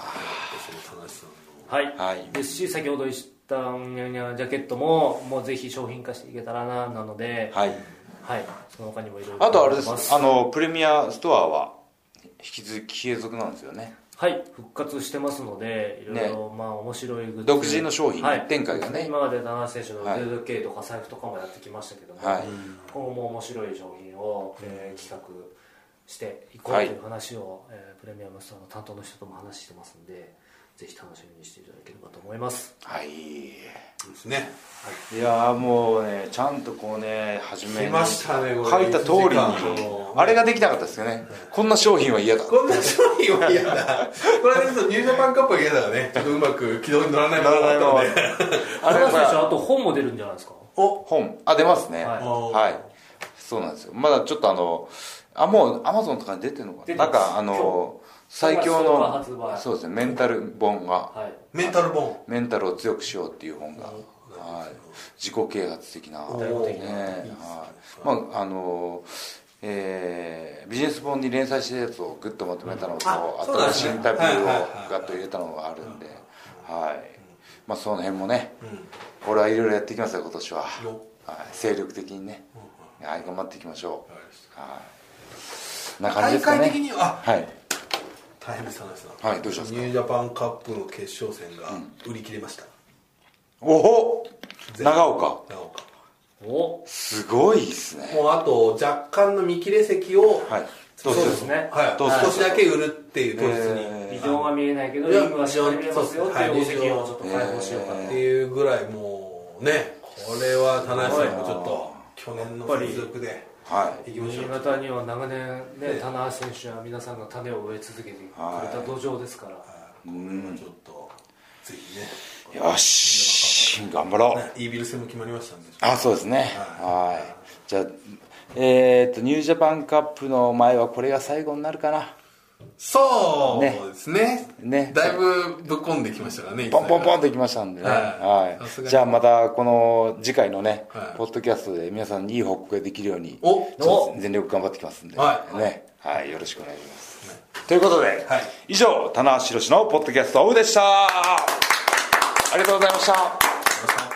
S2: その楽しさの
S3: はい、
S1: はい
S3: ですし先ほど言ったうんにゃんにゃんジャケットももうぜひ商品化していけたらななので、
S1: はい
S3: はいその他にもいろいろ
S1: あとあれで
S3: ます
S1: あのプレミアストアは引き続き継続なんですよね
S3: はい復活してますのでいろいろ、まあ面白いグッズ
S1: 独自の商品
S3: はい
S1: 展開がね
S3: 今まで田中選手の
S1: はい
S3: ZK とか財布とかもやってきましたけども、
S1: はい
S3: 今後も面白い商品を、えー企画していこう
S1: はい
S3: という話を、えープレミアムストアの担当の人とも話してますのでぜひ楽しみにしていただければと思います
S1: はい
S2: ですね
S1: いやーもうねちゃんとこうね初め
S2: 来
S1: に
S2: ましたねこれ
S1: 書いた通りに
S2: 一時間
S1: あれができなかったですよねこんな商品は嫌だ
S2: こんな商品は嫌だこれはねちょっとニュージャパンカップは嫌だからねちょっとうまく軌道に乗らないままだったので
S1: あ
S3: 田
S1: れ
S3: 中選手
S1: は
S3: あと本も出るんじゃないですか
S2: お
S1: 本あ出ますね
S3: はい
S1: はいそうなんですよまだちょっとあのあもうアマゾンとかに出てるのか
S3: 出
S1: な
S3: て
S1: なん
S3: ます
S1: かあの
S3: 今日
S1: 最強
S3: 今
S1: の
S3: 発売
S1: そうですねメンタル本が
S3: はい
S2: メンタルボン
S1: メンタルを強くしようっていう本が、はい、自己啓発的な、ね
S2: お
S3: ー
S1: はいまああのえービジネス本に連載してるやつをグッとまとめたのと、
S2: あそうな
S1: 新
S2: んで
S1: し
S2: す
S1: い
S2: ね
S1: インタビューを
S2: はいはいはい
S1: ガッと入れたのがあるんで、はいまあ、その辺もね、これはいろいろやっていきますよ今年は、
S2: の
S1: はい、精力的にね、はい、頑張っていきましょう、
S2: わかりまし
S1: はい、な
S2: た
S1: 感じで
S2: 大
S1: すか
S2: 会的
S1: ね
S2: にはあ
S1: はい
S2: 大変です話すな
S1: はいどうしたんですか
S2: ニュージャパンカップの決勝戦が売り切れました、
S1: おお長岡
S2: 長岡
S3: お
S1: すごいですね
S2: もうあと若干の見切れ席を、
S1: はい
S2: そう
S1: どう
S2: で
S1: ぞ
S2: すね、
S1: はい
S2: はい、
S1: どうぞ
S2: 少しだけ売るっていう当日に、
S1: え
S3: ビジョンは見えないけど
S2: いや
S3: リングはしっかり見えますよっていう
S2: ビジョン
S3: 宝石
S2: そう
S3: をちょっと開放しようかな
S2: っていうぐらいもうねこれは田中さんもちょっと去年の
S3: やっぱり
S2: 接続で
S1: ーはい
S2: いきましょ
S3: 新
S2: う
S3: 潟には長年ね棚橋選手や皆さんが種を植え続けてくれた土壌ですから、
S2: これはちょっとぜひね
S1: よし頑張ろう
S2: ねイービル戦も決まりましたんで
S1: あそうですね
S2: は
S1: はいじゃあえっとニュージャパンカップの前はこれが最後になるかな
S2: そう
S1: ね
S2: ですね
S1: ね
S2: だいぶぶっこんできましたからね
S1: ポンポンポン
S2: ン
S1: といきましたんでね
S2: はい
S1: は
S2: さす
S1: い
S2: がに
S1: じゃあまたこの次回のね
S2: はい
S1: ポッドキャストで皆さんにいい報告ができるように
S2: お
S1: ちょっと全力頑張ってきますんで
S2: はい
S1: ねはいよろしくお願いしますということで
S2: はい
S1: 以上棚橋宏のポッドキャストオフでしたありがとうございました
S2: ポン